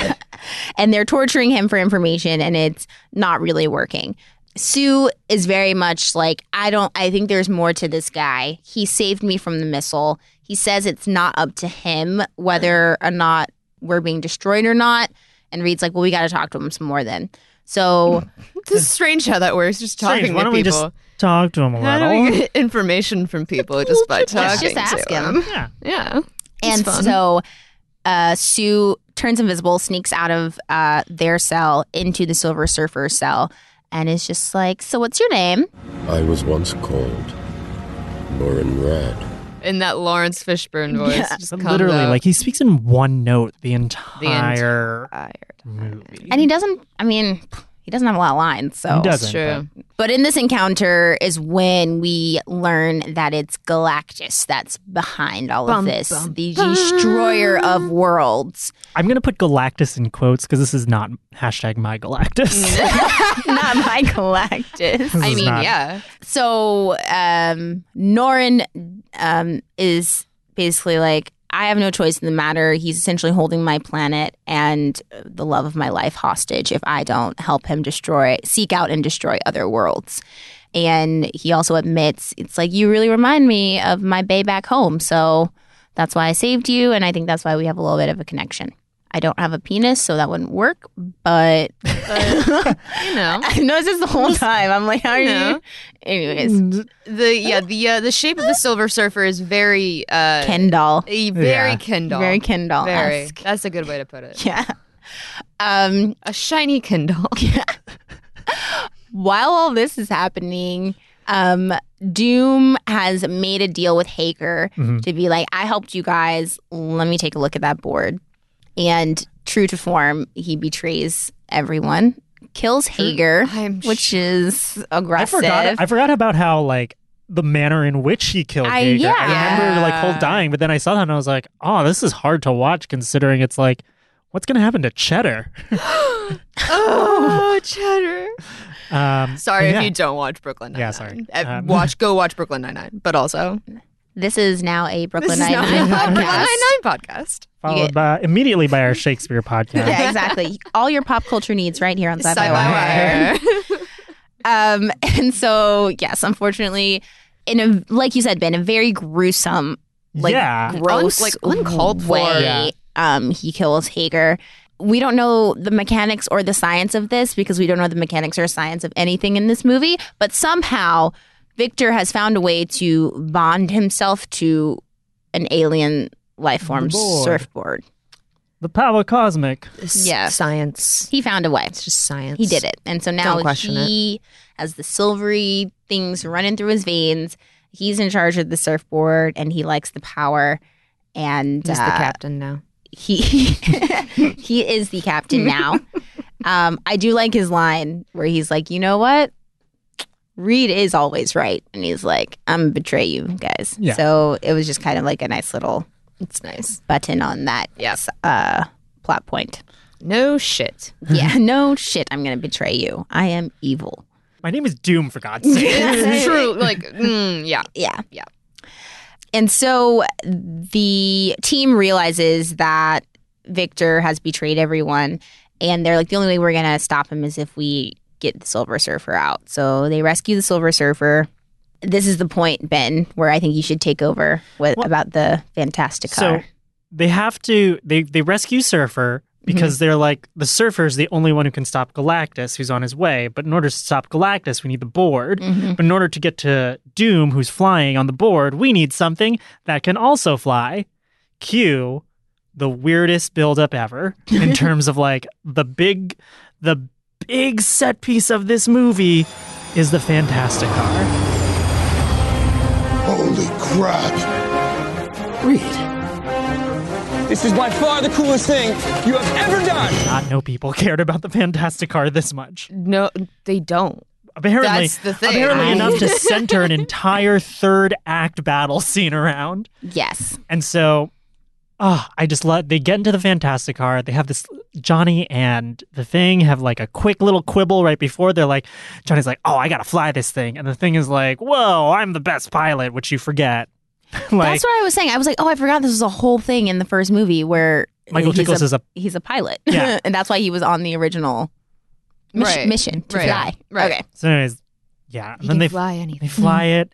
and they're torturing him for information and it's not really working sue is very much like i don't i think there's more to this guy he saved me from the missile he says it's not up to him whether or not we're being destroyed or not and reed's like well we got to talk to him some more then so This is strange how that works. Just talking Strange. Why to don't people. we just talk to him a How do we [laughs] little? get information from people just by talking? let's just ask to him. them? Yeah. Yeah. It's and fun. so uh, Sue turns invisible, sneaks out of uh, their cell into the Silver Surfer cell, and is just like, "So what's your name?" I was once called Lauren Rad. in that Lawrence Fishburne voice. Just comes Literally, out. like he speaks in one note the entire tired. movie. And he doesn't. I mean, he doesn't have a lot of lines, so. He doesn't. It's true. But in this encounter is when we learn that it's Galactus that's behind all of this, the destroyer of worlds. I'm gonna put Galactus in quotes because this is not hashtag my Galactus. [laughs] Not [laughs] my Galactus. This I is mean, not- yeah. So um, Norin um, is basically like, I have no choice in the matter. He's essentially holding my planet and the love of my life hostage if I don't help him destroy, seek out and destroy other worlds. And he also admits, it's like, you really remind me of my bay back home. So that's why I saved you. And I think that's why we have a little bit of a connection. I don't have a penis, so that wouldn't work. But You know. [laughs] I've noticed this the whole time. I'm like, how are you? No. Anyways, Mm, The yeah, the uh, the shape of the Silver Surfer is very uh Ken doll. a very Yeah. Kindle. Very Kindle Very. esque. That's a good way to put it. Yeah. Um, A shiny Kindle. while all this is happening, um, Doom has made a deal with Haker to be like, I helped you guys. Let me take a look at that board. And true to form, he betrays everyone, kills Hager, I'm which sh- is aggressive. I forgot. I forgot about how like the manner in which he killed I- Hager. yeah. I remember like whole dying, but then I saw that and I was like, oh, this is hard to watch considering it's like, what's gonna happen to Cheddar? [laughs] oh, cheddar. [laughs] Um, Sorry yeah. if you don't watch Brooklyn Nine. Yeah, sorry. Um, watch go watch Brooklyn Nine Nine, but also this is now a Brooklyn this is not Nine-Nine a [laughs] Brooklyn podcast. Nine Nine podcast. followed get- by immediately by [laughs] our Shakespeare podcast. Yeah, exactly. All your pop culture needs right here on Sci-Fi Sci-fi Wire. wire. Um, [laughs] and so, yes, unfortunately, in a like you said, Ben, a very gruesome, like Yeah. gross, Un- like, uncalled for. way. Yeah. Um, he kills Hager. We don't know the mechanics or the science of this because we don't know the mechanics or science of anything in this movie. But somehow, Victor has found a way to bond himself to an alien life form, board. surfboard. The power cosmic. Yeah, science. He found a way. It's just science. He did it, and so now Don't question it. he has the silvery things running through his veins. He's in charge of the surfboard, and he likes the power. And He's the uh, captain now. He [laughs] he is the captain [laughs] now. um, I do like his line where he's like, "You know what? Reed is always right," and he's like, "I'm gonna betray you guys." Yeah. So it was just kind of like a nice little It's nice. button on that yes uh, plot [laughs] point. No shit. Yeah, no shit. I'm gonna betray you. I am evil. My name is Doom, [laughs] for God's sake. It's true. Like, mm, yeah. Yeah. Yeah. And so the team realizes that Victor has betrayed everyone. And they're like, the only way we're going to stop him is if we get the Silver Surfer out. So they rescue the Silver Surfer. This is the point, Ben, where I think you should take over with, about the Fantastic So Car. they have to they they rescue Surfer because they're like the Surfer's the only one who can stop Galactus, who's on his way. But in order to stop Galactus, we need the board. Mhm. But in order to get to Doom, who's flying on the board, we need something that can also fly. Cue the weirdest buildup ever in terms of like the big the big set piece of this movie is the Fantastic Car. Holy crap! Reed. This is by far the coolest thing you have ever done. Not no people [laughs] cared about the Fantastic Car this much. No, they don't. Apparently, That's the thing. apparently I- [laughs] enough to center an entire third act battle scene around. Yes. And so, ah, I just love. They get into the Fantastic Car. They have this Johnny and the Thing have like a quick little quibble right before. They're like, Johnny's like, "Oh, I gotta fly this thing," and the Thing is like, "Whoa, I'm the best pilot," which you forget. [laughs] like, That's what I was saying. I was like, oh, I forgot this was a whole thing in the first movie where Michael he's Chiklis a, is a- he's a pilot. Yeah. [laughs] and that's why he was on the original mis- Right. mission to Right. fly. Right. Okay. so anyways, yeah. You And then can they fly anything. They fly Hmm. it.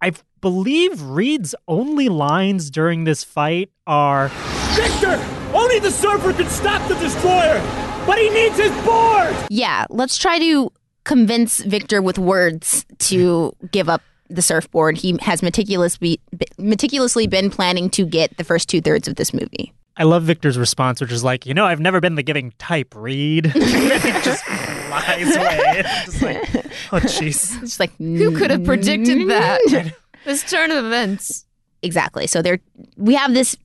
I believe Reed's only lines during this fight are Victor! Only the surfer could stop the destroyer, but he needs his board! Yeah, let's try to convince Victor with words to give up the surfboard. He has meticulously meticulously been planning to get the first two thirds of this movie. I love Victor's response, which is like, you know, I've never been the giving type, Reed. [laughs] just flies away. Just like, [laughs] oh jeez. It's just like Mm-hmm. Who could have predicted [laughs] that? this turn of events. exactly. So there, we have this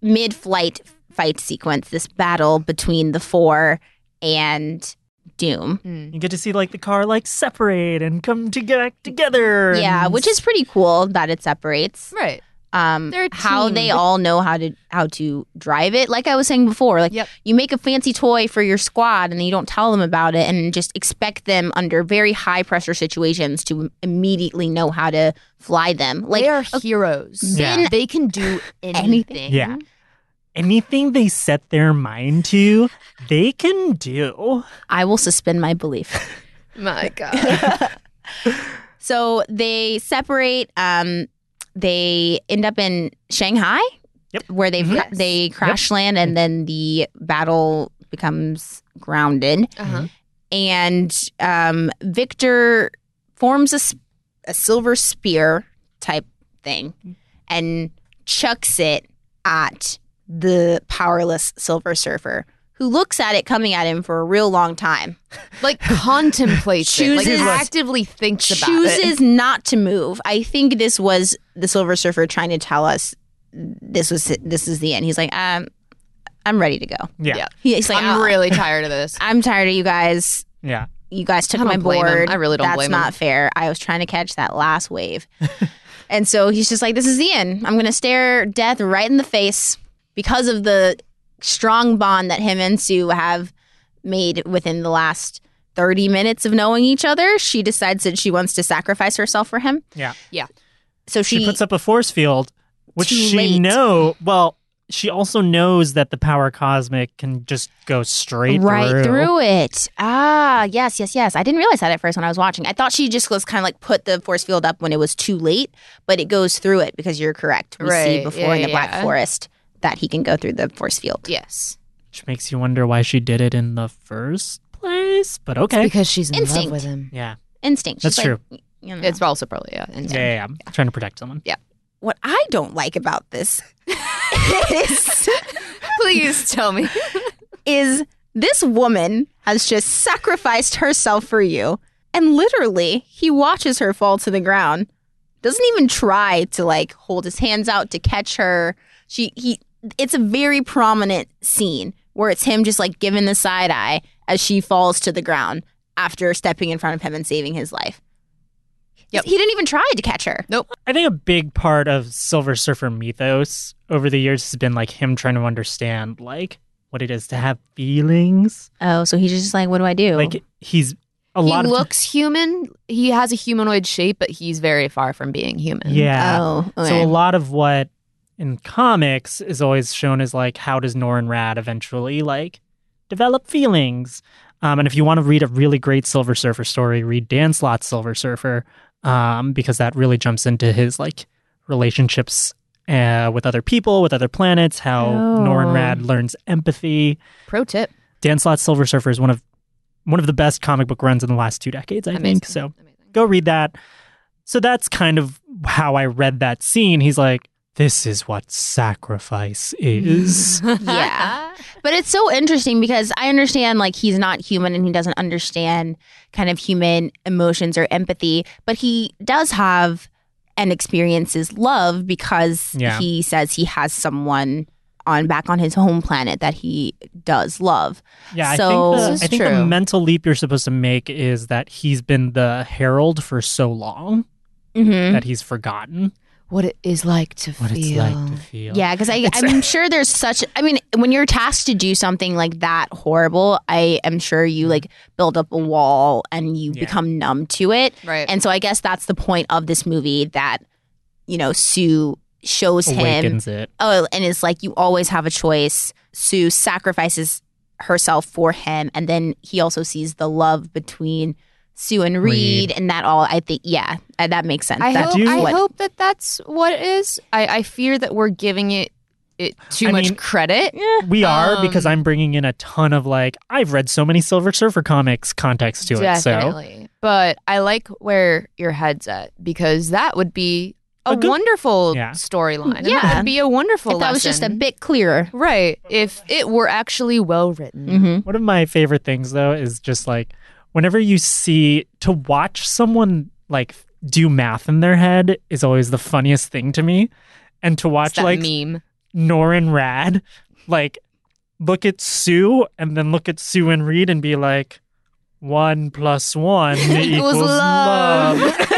mid-flight fight sequence, this battle between the four and Doom. You get to see like the car like separate and come to back together. Yeah, and- which is pretty cool that it separates. Right. um They're a how team. they all know how to how to drive it like i was saying before like Yep. you make a fancy toy for your squad and then you don't tell them about it and just expect them under very high pressure situations to immediately know how to fly them like they are heroes. Yeah. Ben- They can do [laughs] anything. Yeah. Anything they set their mind to, they can do. i will suspend my belief My God. so they separate um they end up in shanghai Yep. where they Yes. they crash land and then the battle becomes grounded Uh-huh. and um, Victor forms a, s- a silver spear type thing and chucks it at the powerless Silver Surfer, who looks at it coming at him for a real long time, [laughs] Like contemplates it. Chooses- Like actively thinks about it. chooses not to move. I think this was the Silver Surfer trying to tell us this was this is the end. He's like, um, I'm ready to go. Yeah. Yeah. He's like, I'm "Oh, really tired of this. I'm tired of you guys. Yeah. you guys took I don't my blame board. him. I really don't That's blame him. not fair. I was trying to catch that last [laughs] wave. and so he's just like, this is the end. I'm going to stare death right in the face because of the strong bond that him and Sue have made within the last 30 minutes of knowing each other. She decides that she wants to sacrifice herself for him. Yeah. So she, she puts up a force field, which Too she late. know. Well, she also knows that the power cosmic can just go straight right through. through. it. Ah, yes, yes, yes. I didn't realize that at first when I was watching. I thought she just was kind of like put the force field up when it was too late, but it goes through it because you're correct. We see Right. before Yeah, in the yeah, Black yeah. Forest that he can go through the force field. [laughs] Yes. Which makes you wonder why she did it in the first place. But okay. It's because she's in Instinct. love with him. yeah. Instinct. She's That's like, true. You know. It's also probably yeah. instinct. Yeah, yeah, yeah. Trying to protect someone. what I don't like about this [laughs] is, Please tell me. is this woman has just sacrificed herself for you. And literally, he watches her fall to the ground. Doesn't even try to like hold his hands out to catch her. She he it's a very prominent scene where it's him just like giving the side eye as she falls to the ground after stepping in front of him and saving his life. Yep. He didn't even try to catch her. I think a big part of Silver Surfer mythos over the years has been like him trying to understand like what it is to have feelings. Oh, so he's just like, what do I do? Like he's a he lot of looks human. He has a humanoid shape, but he's very far from being human. Uh, yeah. Oh, So a lot of what in comics is always shown as like how does Norrin Rad eventually like develop feelings. Um, and if you want to read a really great Silver Surfer story, read Dan Slott's Silver Surfer um, because that really jumps into his like relationships uh, with other people, with other planets, how Oh. Norrin Rad learns empathy. Pro tip. Dan Slott's Silver Surfer is one of one of the best comic book runs in the last two decades, I Amazing. think. So Amazing. go read that. So that's kind of how I read that scene. He's like, this is what sacrifice [laughs] is. Yeah. But it's so interesting because I understand like he's not human and he doesn't understand kind of human emotions or empathy, but he does have and experiences love because Yeah. he says he has someone on back on his home planet that he does love. yeah, I So- think, the, This is I think true. the mental leap you're supposed to make is that he's been the herald for so long Mm-hmm. that he's forgotten What it is like to what feel. it's like to feel. Yeah, because I'm sure there's such. I mean, when you're tasked to do something like that horrible, I am sure you like build up a wall and you Mm-hmm. Yeah. become numb to it. Right. And so I guess that's the point of this movie that, you know, Sue shows him. Awakens it. Oh, and it's like you always have a choice. Sue sacrifices herself for him. And then he also sees the love between Sue and Reed. Reed. And that all, I think, yeah, uh, that makes sense. I That's hope, I what- hope that that's what it is. I, I fear that we're giving it it too I much mean- credit. We are because Um, I'm bringing in a ton of like I've read so many Silver Surfer comics context to it. So Definitely. But I like where your head's at because that would be a, A good- wonderful Yeah. storyline. And Yeah. That would be a wonderful if that was just a lesson. bit clearer. Right. If it were actually well written. Mm-hmm. One of my favorite things though is just like whenever you see to watch someone like do math in their head is always the funniest thing to me. And to It's watch that like [laughs] meme. Norin Rad like look at Sue and then look at Sue and Reed and be like one plus one [laughs] equals love." love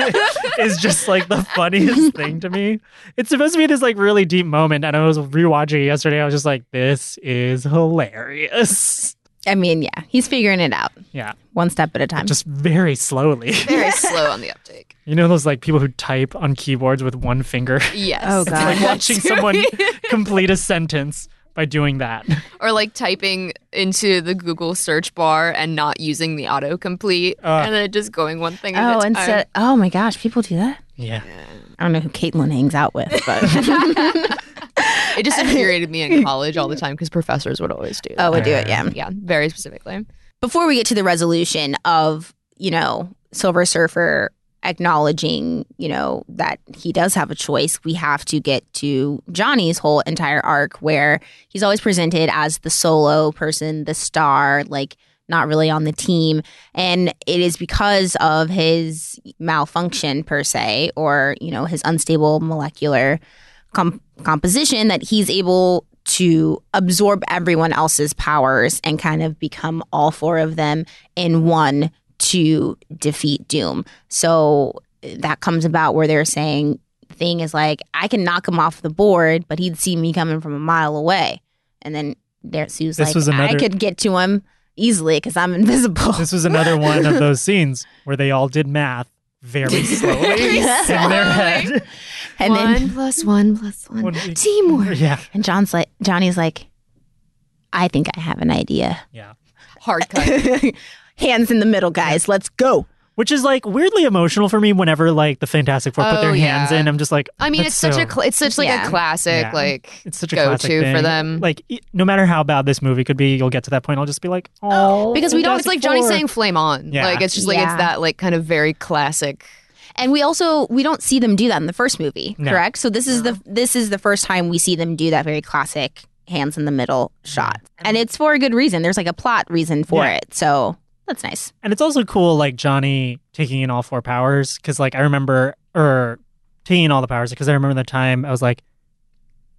[laughs] is just like the [laughs] funniest thing to me. It's supposed to be this like really deep moment, and I was rewatching it yesterday. I was just like, "This is hilarious." I mean, yeah, he's figuring it out Yeah, one step at a time. just very slowly. [laughs] Very slow on the uptake. You know those like people who type on keyboards with one finger, [laughs] Yes. Oh, God. like watching That's [laughs] someone right. complete a sentence by doing that. or like typing into the Google search bar and not using the autocomplete Uh. and then just going one thing at oh, a and time. so, oh my gosh, people do that. Yeah. I don't know who Caitlin hangs out with, [laughs] but it just infuriated [laughs] me in college all the time because professors would always do. oh, that. we do it. Yeah. yeah, very specifically. Before we get to the resolution of you know Silver Surfer acknowledging you know that he does have a choice, we have to get to Johnny's whole entire arc where he's always presented as the solo person, the star, like not really on the team. And it is because of his malfunction, per se, or, you know, his unstable molecular com- composition that he's able to absorb everyone else's powers and kind of become all four of them in one to defeat Doom. So that comes about where they're saying, thing is like, I can knock him off the board, but he'd see me coming from a mile away. And then there, Sue's This like, was I another- could get to him easily because I'm invisible. This was another one of [laughs] [laughs] those scenes where they all did math very slowly in their head. [laughs] And one then plus one plus [laughs] one. Teamwork. Yeah. [laughs] And John's like Johnny's like, I think I have an idea. Yeah. Hard cut. [laughs] Hands in the middle, guys. Let's go. Which is like weirdly emotional for me whenever like the Fantastic Four put Oh, their yeah. hands in. I'm just like, I mean, that's it's such so- a cl- it's such like Yeah. a classic Yeah. like it's such a go classic to for thing. them. Like e- no matter how bad this movie could be, you'll get to that point. I'll just be like, oh, because we don't. It's like Fantastic Johnny Four. saying "flame on." Yeah. Like it's just like Yeah. it's that like kind of very classic. And we also we don't see them do that in the first movie, No. correct? So this is the this is the first time we see them do that very classic hands in the middle shot. And it's for a good reason. There's like a plot reason for Yeah. it. So that's nice. And it's also cool, like Johnny taking in all four powers, because like I remember, or taking in all the powers, because I remember the time I was like,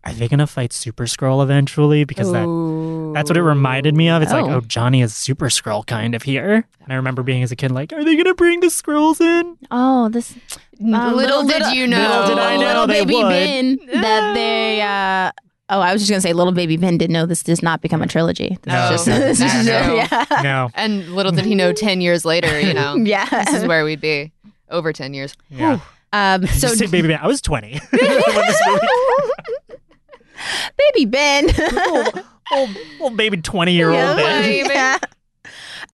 are they gonna fight Super Scroll eventually? Because that that's what it reminded me of. It's like, Oh. oh, Johnny is Super Scroll kind of here. And I remember being as a kid, like, are they gonna bring the Skrulls in? Oh, this Um, Little, did you know. did I know little they baby would. Ben that they uh Oh, I was just gonna say, little baby Ben didn't know this does not become a trilogy. This [laughs] No. is just [laughs] this is That's just- true. yeah, No. And little did he know, ten years later, you [laughs] know, yeah. this is where we'd be over ten [laughs] years. Yeah. um, so [laughs] [laughs] Just say, baby, man, I was twenty. [laughs] when this movie- baby Ben. [laughs] old, old, old baby twenty year old. Yeah. Yeah.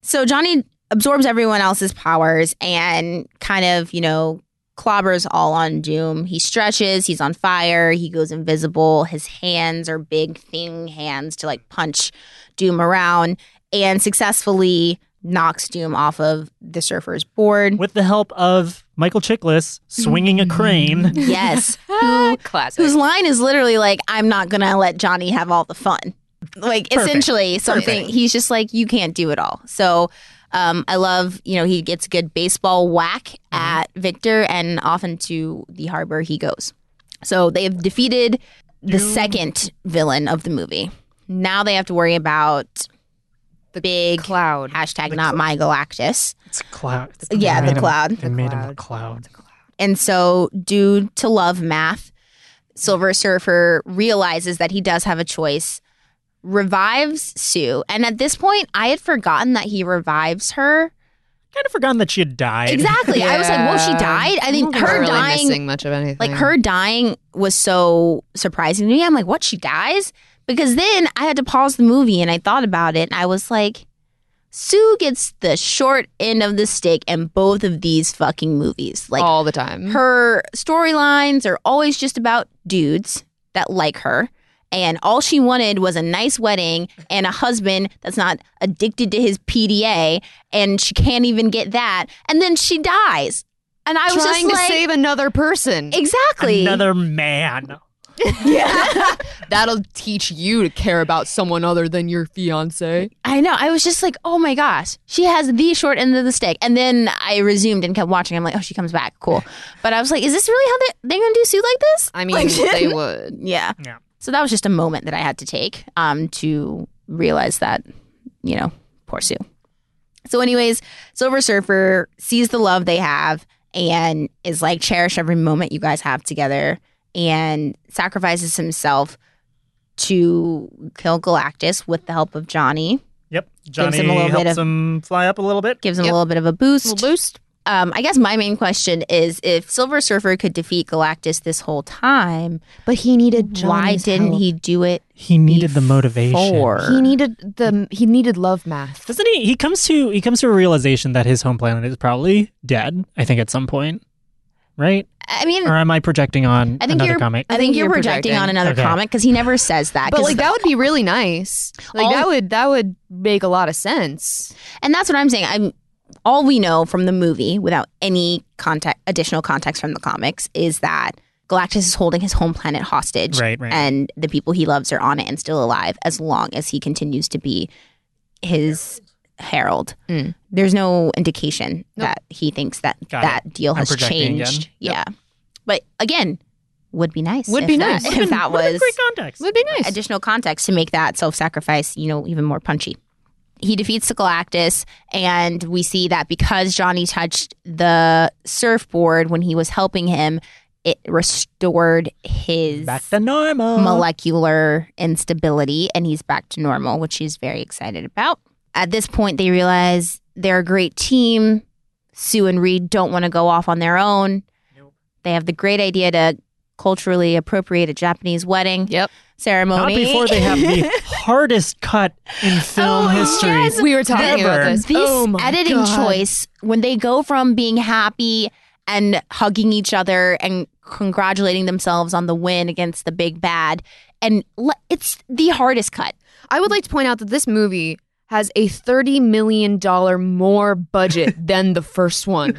So Johnny absorbs everyone else's powers and kind of, you know, clobbers all on Doom. He stretches, he's on fire, he goes invisible. His hands are big thing hands to like punch Doom around and successfully knocks Doom off of the surfer's board. With the help of Michael Chiklis swinging a crane. [laughs] Yes. Ah, classic. whose line is literally like, "I'm not gonna let Johnny have all the fun." Like Perfect. essentially something. Perfect. He's just like, "You can't do it all." So. Um, I love, you know, he gets a good baseball whack at Victor, and off into the harbor he goes. So they have defeated the second villain of the movie. Now they have to worry about the big cloud. hashtag not my Galactus. It's a cloud. Yeah, They the made him- cloud. They made him a cloud. And so, due to love math, Silver Surfer realizes that he does have a choice, revives Sue. And at this point, I had forgotten that he revives her. Kind of forgotten that she had died. Exactly. I was like, well, she Yeah. died. I think We're her really dying, missing much of anything. like her dying was so surprising to me. I'm like, what? She dies? Because then I had to pause the movie and I thought about it. And I was like, Sue gets the short end of the stick in both of these fucking movies. Like, all the time. her storylines are always just about dudes that like her. And all she wanted was a nice wedding and a husband that's not addicted to his PDA. And she can't even get that. And then she dies. And I was trying just to like, save another person. exactly. Another man. That'll teach you to care about someone other than your fiance. I know. I was just like, oh my gosh, she has the short end of the stick. And then I resumed and kept watching. I'm like, oh, she comes back. Cool. But I was like, is this really how they, they're going to do Sue like this? I [laughs] mean, Like- they would. Yeah. Yeah. So that was just a moment that I had to take um, to realize that, you know, poor Sue. So, anyways, Silver Surfer sees the love they have and is like, cherish every moment you guys have together and sacrifices himself to kill Galactus with the help of Johnny. Yep. Johnny him a little bit helps of- him fly up a little bit. Gives him Yep. a little bit of a boost. boost. Um, I guess my main question is if Silver Surfer could defeat Galactus this whole time, But he needed why didn't he do it He needed the motivation. before? He needed the he needed love math. Doesn't he? He comes to he comes to a realization that his home planet is probably dead. I think at some point, right? I mean, Or am I projecting on I think another you're. comic? I think you're projecting, on another Okay. comic because he never says that. But 'cause- like that would be really nice. Like All- that would that would make a lot of sense. and that's what I'm saying. I'm all we know from the movie, without any context, additional context from the comics, is that Galactus is holding his home planet hostage, Right, right. and the people he loves are on it and still alive as long as he continues to be his herald. Mm. There's no indication that he thinks that Got that deal I'm has projecting again. changed. Yeah, but again, would be nice. Would if be that- [laughs] nice. if that What a was great context. Would be nice. additional context to make that self-sacrifice, you know, even more punchy. He defeats the Galactus, and we see that because Johnny touched the surfboard when he was helping him, it restored his Back to normal. molecular instability, and he's back to normal, which he's very excited about. At this point, they realize they're a great team. Sue and Reed don't want to go off on their own. They have the great idea to culturally appropriated Japanese wedding yep. ceremony. Not before [laughs] they have the hardest cut in film history. Oh, yes. We were talking Ever. about this. this Oh my editing God. choice when they go from being happy and hugging each other and congratulating themselves on the win against the big bad and le- it's the hardest cut I would like to point out that this movie has a $30 million more budget than the first [laughs] one.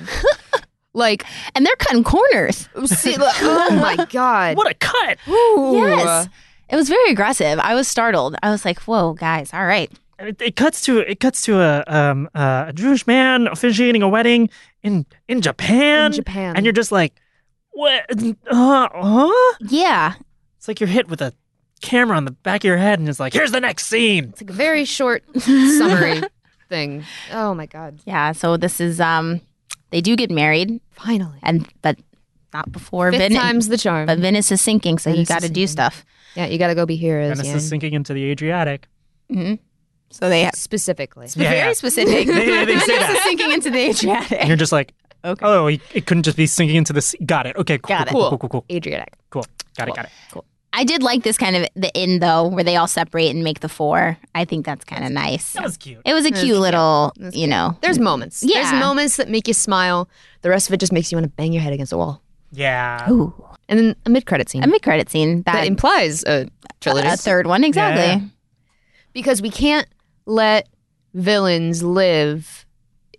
like, and they're cutting corners see, look, oh [laughs] my God. What a cut! Ooh. yes it was very aggressive i was startled i was like whoa guys all right It, it cuts to it cuts to a um uh, a Jewish man officiating a wedding in in Japan. In Japan. and you're just like, what? Uh, huh? yeah It's like you're hit with a camera on the back of your head, and it's like, here's the next scene. It's like a very short [laughs] summary thing. Oh my God. yeah so this is um they do get married Finally. and but not before Fifth Venice. time's the charm. but Venice is sinking so you Venice is got to do sinking. stuff yeah, you got to go be heroes. And it's yeah. just sinking into the Adriatic. so they Specifically. Yeah, yeah. very specific [laughs] They- they say Venice that. is sinking into the Adriatic And you're just like, Okay. oh, it it couldn't just be sinking into the sea. Got it. Okay, cool, Got it. cool, cool, cool, cool, Adriatic. cool, cool. Got it, got it. [laughs] I did like this kind of the end though, where they all separate and make the four. I think that's kind of nice. That was cute. It was a cute little, That's you know. There's moments. Yeah. There's moments that make you smile. The rest of it just makes you want to bang your head against the wall. Yeah. Ooh, And then a mid credit scene a mid credit scene that, that implies a trilogy. a third one exactly. because we can't let villains live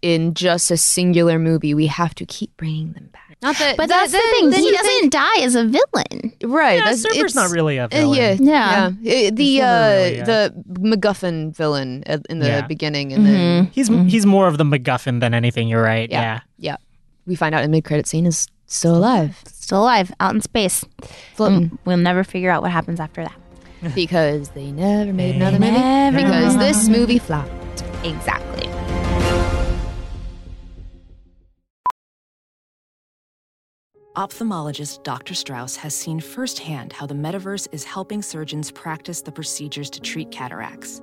in just a singular movie. We have to keep bringing them back. Not that, But that's the thing; he doesn't die as a villain. right. Yeah, that's Surfer's it's- not really a uh, villain. Yeah. yeah, yeah. Uh, the uh, never really, yeah. the MacGuffin villain at- in the Yeah. beginning, and then He's he's more of the MacGuffin than anything. You're right. Mm-hmm. Yeah. Yeah. yeah, we find out in mid credit scene is still [laughs] alive, Still alive, out in space. Mm, floating We'll never figure out what happens after that. because they never made another movie Never because this movie flopped. exactly. Ophthalmologist Dr. Strauss has seen firsthand how the metaverse is helping surgeons practice the procedures to treat cataracts.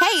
Hey,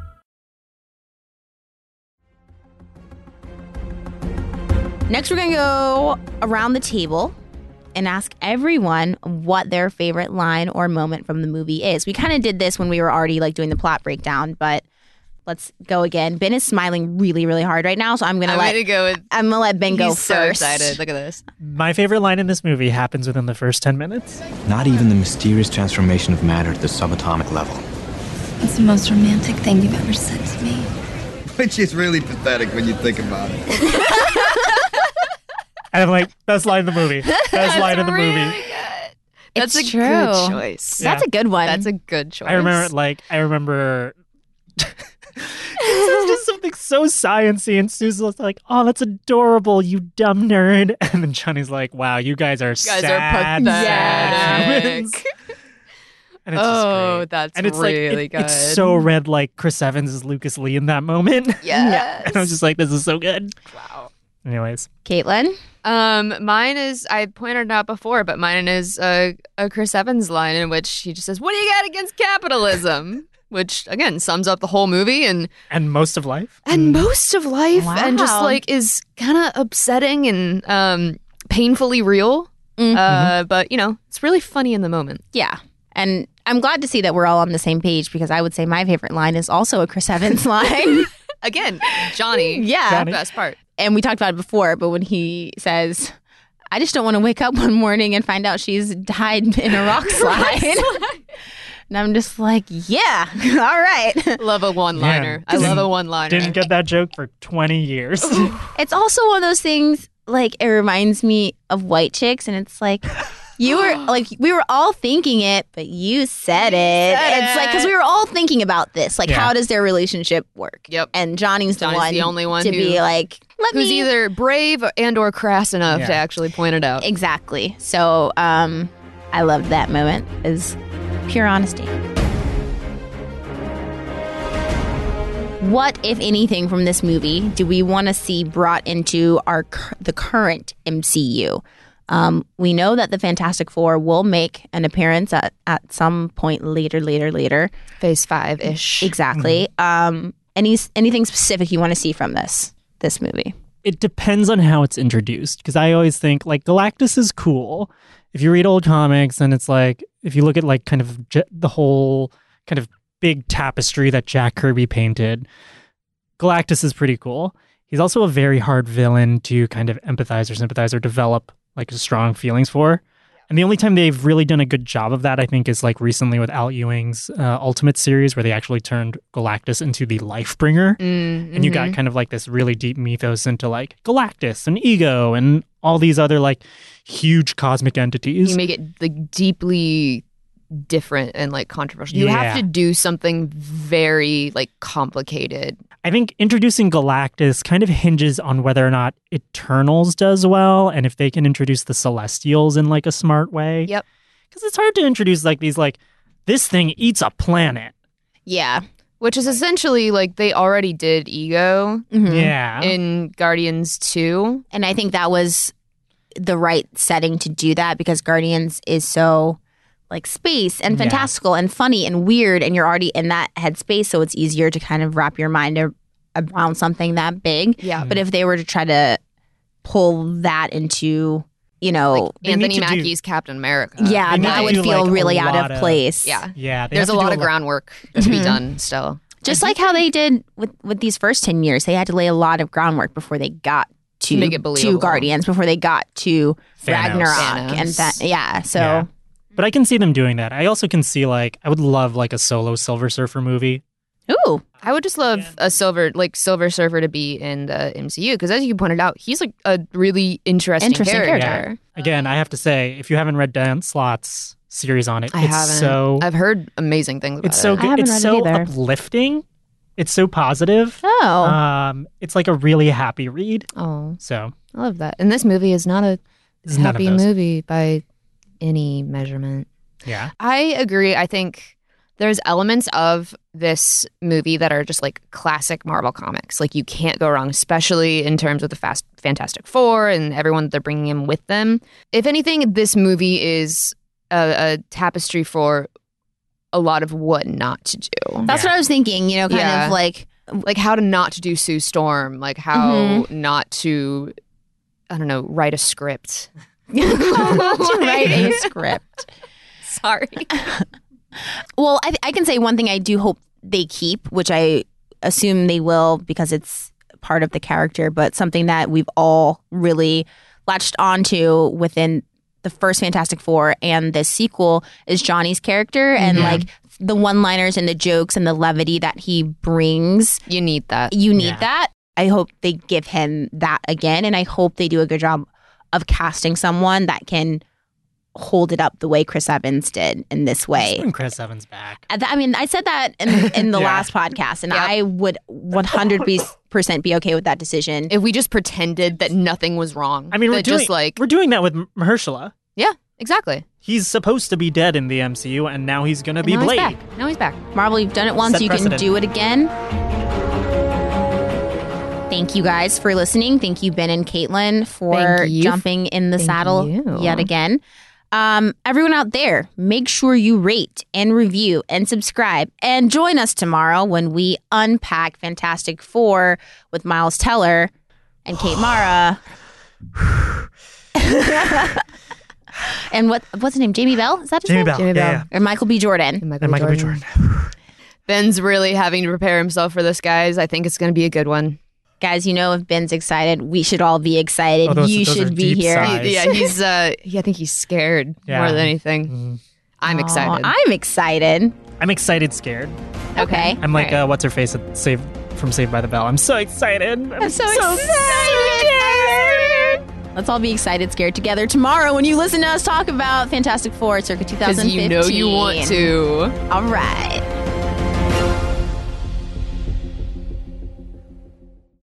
Next, we're gonna go around the table and ask everyone what their favorite line or moment from the movie is. We kind of did this when we were already like doing the plot breakdown, but let's go again. Ben is smiling really, really hard right now, so I'm gonna let go with. I'm gonna let Ben go first. Look at this. My favorite line in this movie happens within the first ten minutes. Not even the mysterious transformation of matter to the subatomic level. It's the most romantic thing you've ever said to me. [laughs] Which is really pathetic when you think about it. And I'm like, best line in [laughs] the movie. Best line in the movie. It's That's a true. good choice. Yeah. That's a good one. That's a good choice. I remember it like I remember [laughs] It's just something so sciency and Susan's like, "Oh, that's adorable, you dumb nerd." [laughs] And then Johnny's like, "Wow, you guys are guys sad, are sad humans." pathetic. [laughs] And it's just oh, great. that's and it's really like it- good. it's so red like Chris Evans is Lucas Lee in that moment. [laughs] Yes. and I was just like, "This is so good." wow. Anyways, Caitlin. Um, mine is I pointed it out before, but mine is a, a Chris Evans line in which he just says, "What do you got against capitalism?" [laughs] Which again sums up the whole movie and and most of life. and most of life, and just Wow. like is kind of upsetting and um painfully real. Uh, but you know, it's really funny in the moment. Yeah. And I'm glad to see that we're all on the same page because I would say my favorite line is also a Chris Evans [laughs] line. Again, [laughs] Johnny, yeah. Johnny. best part. and we talked about it before, but when he says, I [laughs] just don't want to wake up one morning and find out she's died in a rock slide. [laughs] And I'm just like, yeah, [laughs] all right. Love a one liner. I love a one liner. Didn't get that joke for 20 years. It's also one of those things, like, it reminds me of white chicks, and it's like, you [gasps] were like, we were all thinking it, but you said it. said it's like, because we were all thinking about this, like, Yeah. how does their relationship work? Yep. And Johnny's the Johnny's one, the only one to who- be like, let who's me either brave and or crass enough to actually point it out. Exactly. So, um, I loved that moment. Is pure honesty. What, if anything, from this movie do we want to see brought into our cur- the current MCU? Um, we know that the Fantastic Four will make an appearance at, at some point later, later, later. Phase five ish. Exactly. Um, any anything specific you want to see from this this movie? it depends on how it's introduced because I always think like Galactus is cool. If you read old comics and it's like if you look at like kind of j- the whole kind of big tapestry that Jack Kirby painted, Galactus is pretty cool. He's also a very hard villain to kind of empathize or sympathize or develop like strong feelings for. And the only time they've really done a good job of that, I think, is like recently with Al Ewing's uh, Ultimate series, where they actually turned Galactus into the Lifebringer, Mm, and you got mhm. kind of like this really deep mythos into like Galactus and Ego and all these other like huge cosmic entities. You make it like deeply different and like controversial. You have Yeah. to do something very like complicated. I think introducing Galactus kind of hinges on whether or not Eternals does well and if they can introduce the Celestials in like a smart way. Yep. Because it's hard to introduce like these like this thing eats a planet. Yeah. Which is essentially like they already did ego. Mm-hmm. Yeah. In Guardians 2. And I think that was the right setting to do that because Guardians is so like space and Yeah. fantastical and funny and weird and you're already in that headspace so it's easier to kind of wrap your mind ar- around something that big. Yeah. But if they were to try to pull that into, you know, Anthony Mackie's Captain America. Yeah, They need that to would do, feel like, a really out of lot of- place. Yeah. Yeah. There's a lot of groundwork to be Mhm. done still. just like how they did with with these first 10 years, they had to lay a lot of groundwork before they got to, Make it to believable. Guardians before they got to Thanos. Ragnarok Thanos. and that yeah, so Yeah. But I can see them doing that. I also can see like I would love like a solo Silver Surfer movie. Ooh. I would just love a silver like Silver Surfer to be in the MCU because as you pointed out, he's like a really interesting, character. Yeah. Again, I have to say, if you haven't read Dan Slott's series on it, I it's haven't. so I've heard amazing things about it's so it. good. It's so uplifting. It's so positive. Oh. Um, it's like a really happy read. Oh. So I love that. And this movie is not a It's none of happy those. movie by any measurement. yeah. I agree. I think there's elements of this movie that are just like classic Marvel comics. Like you can't go wrong, especially in terms of the Fast Fantastic Four and everyone that they're bringing in with them. If anything, this movie is a, a tapestry for a lot of what not to do. That's what I was thinking, you know, kind Yeah. of like like how to not do Sue Storm, like how Mhm. not to, I don't know, write a script. [laughs] to write a script. Sorry. [laughs] Well, I, I can say one thing I do hope they keep, which I assume they will because it's part of the character, but something that we've all really latched onto within the first Fantastic Four and the sequel is Johnny's character and Mhm. like the one liners and the jokes and the levity that he brings. You need that. You need Yeah. that. I hope they give him that again. And I hope they do a good job of casting someone that can hold it up the way Chris Evans did in this way. When Chris Evans back. I th- I mean, I said that in, in the Yeah. last podcast, and I would 100% be okay with that decision. If we just pretended that nothing was wrong. I mean, we're That doing just like we're doing that with M- Mahershala. Yeah, exactly. He's supposed to be dead in the MCU, and now he's gonna be now Blade. He's back. Now he's back. Marvel, you've done it once. Set you can precedent. do it again. Thank you guys for listening. Thank you, Ben and Caitlin, for Thank you. jumping in the Thank saddle you. yet again. Um, everyone out there, make sure you rate and review and subscribe and join us tomorrow when we unpack Fantastic Four with Miles Teller and Kate [sighs] Mara. [laughs] and what what's his name? Jamie Bell? Is that his Jamie name? Bell, Jamie yeah, Bell. Or Michael B. Jordan. And Michael B. Jordan. Ben's really having to prepare himself for this, guys. I think it's going to be a good one. Guys, you know if Ben's excited, we should all be excited. Oh, those- you those are should be deep here. sighs. Yeah, he's, uh, yeah, I think he's scared Yeah. Mm-hmm. more than anything. I'm excited. I'm excited. I'm excited, scared. Okay. I'm like, uh, what's her face at Save from Saved by the Bell? I'm so excited. I'm, so, excited. Let's all be excited, scared together tomorrow when you listen to us talk about Fantastic Four circa 2015. you know you want to. All right.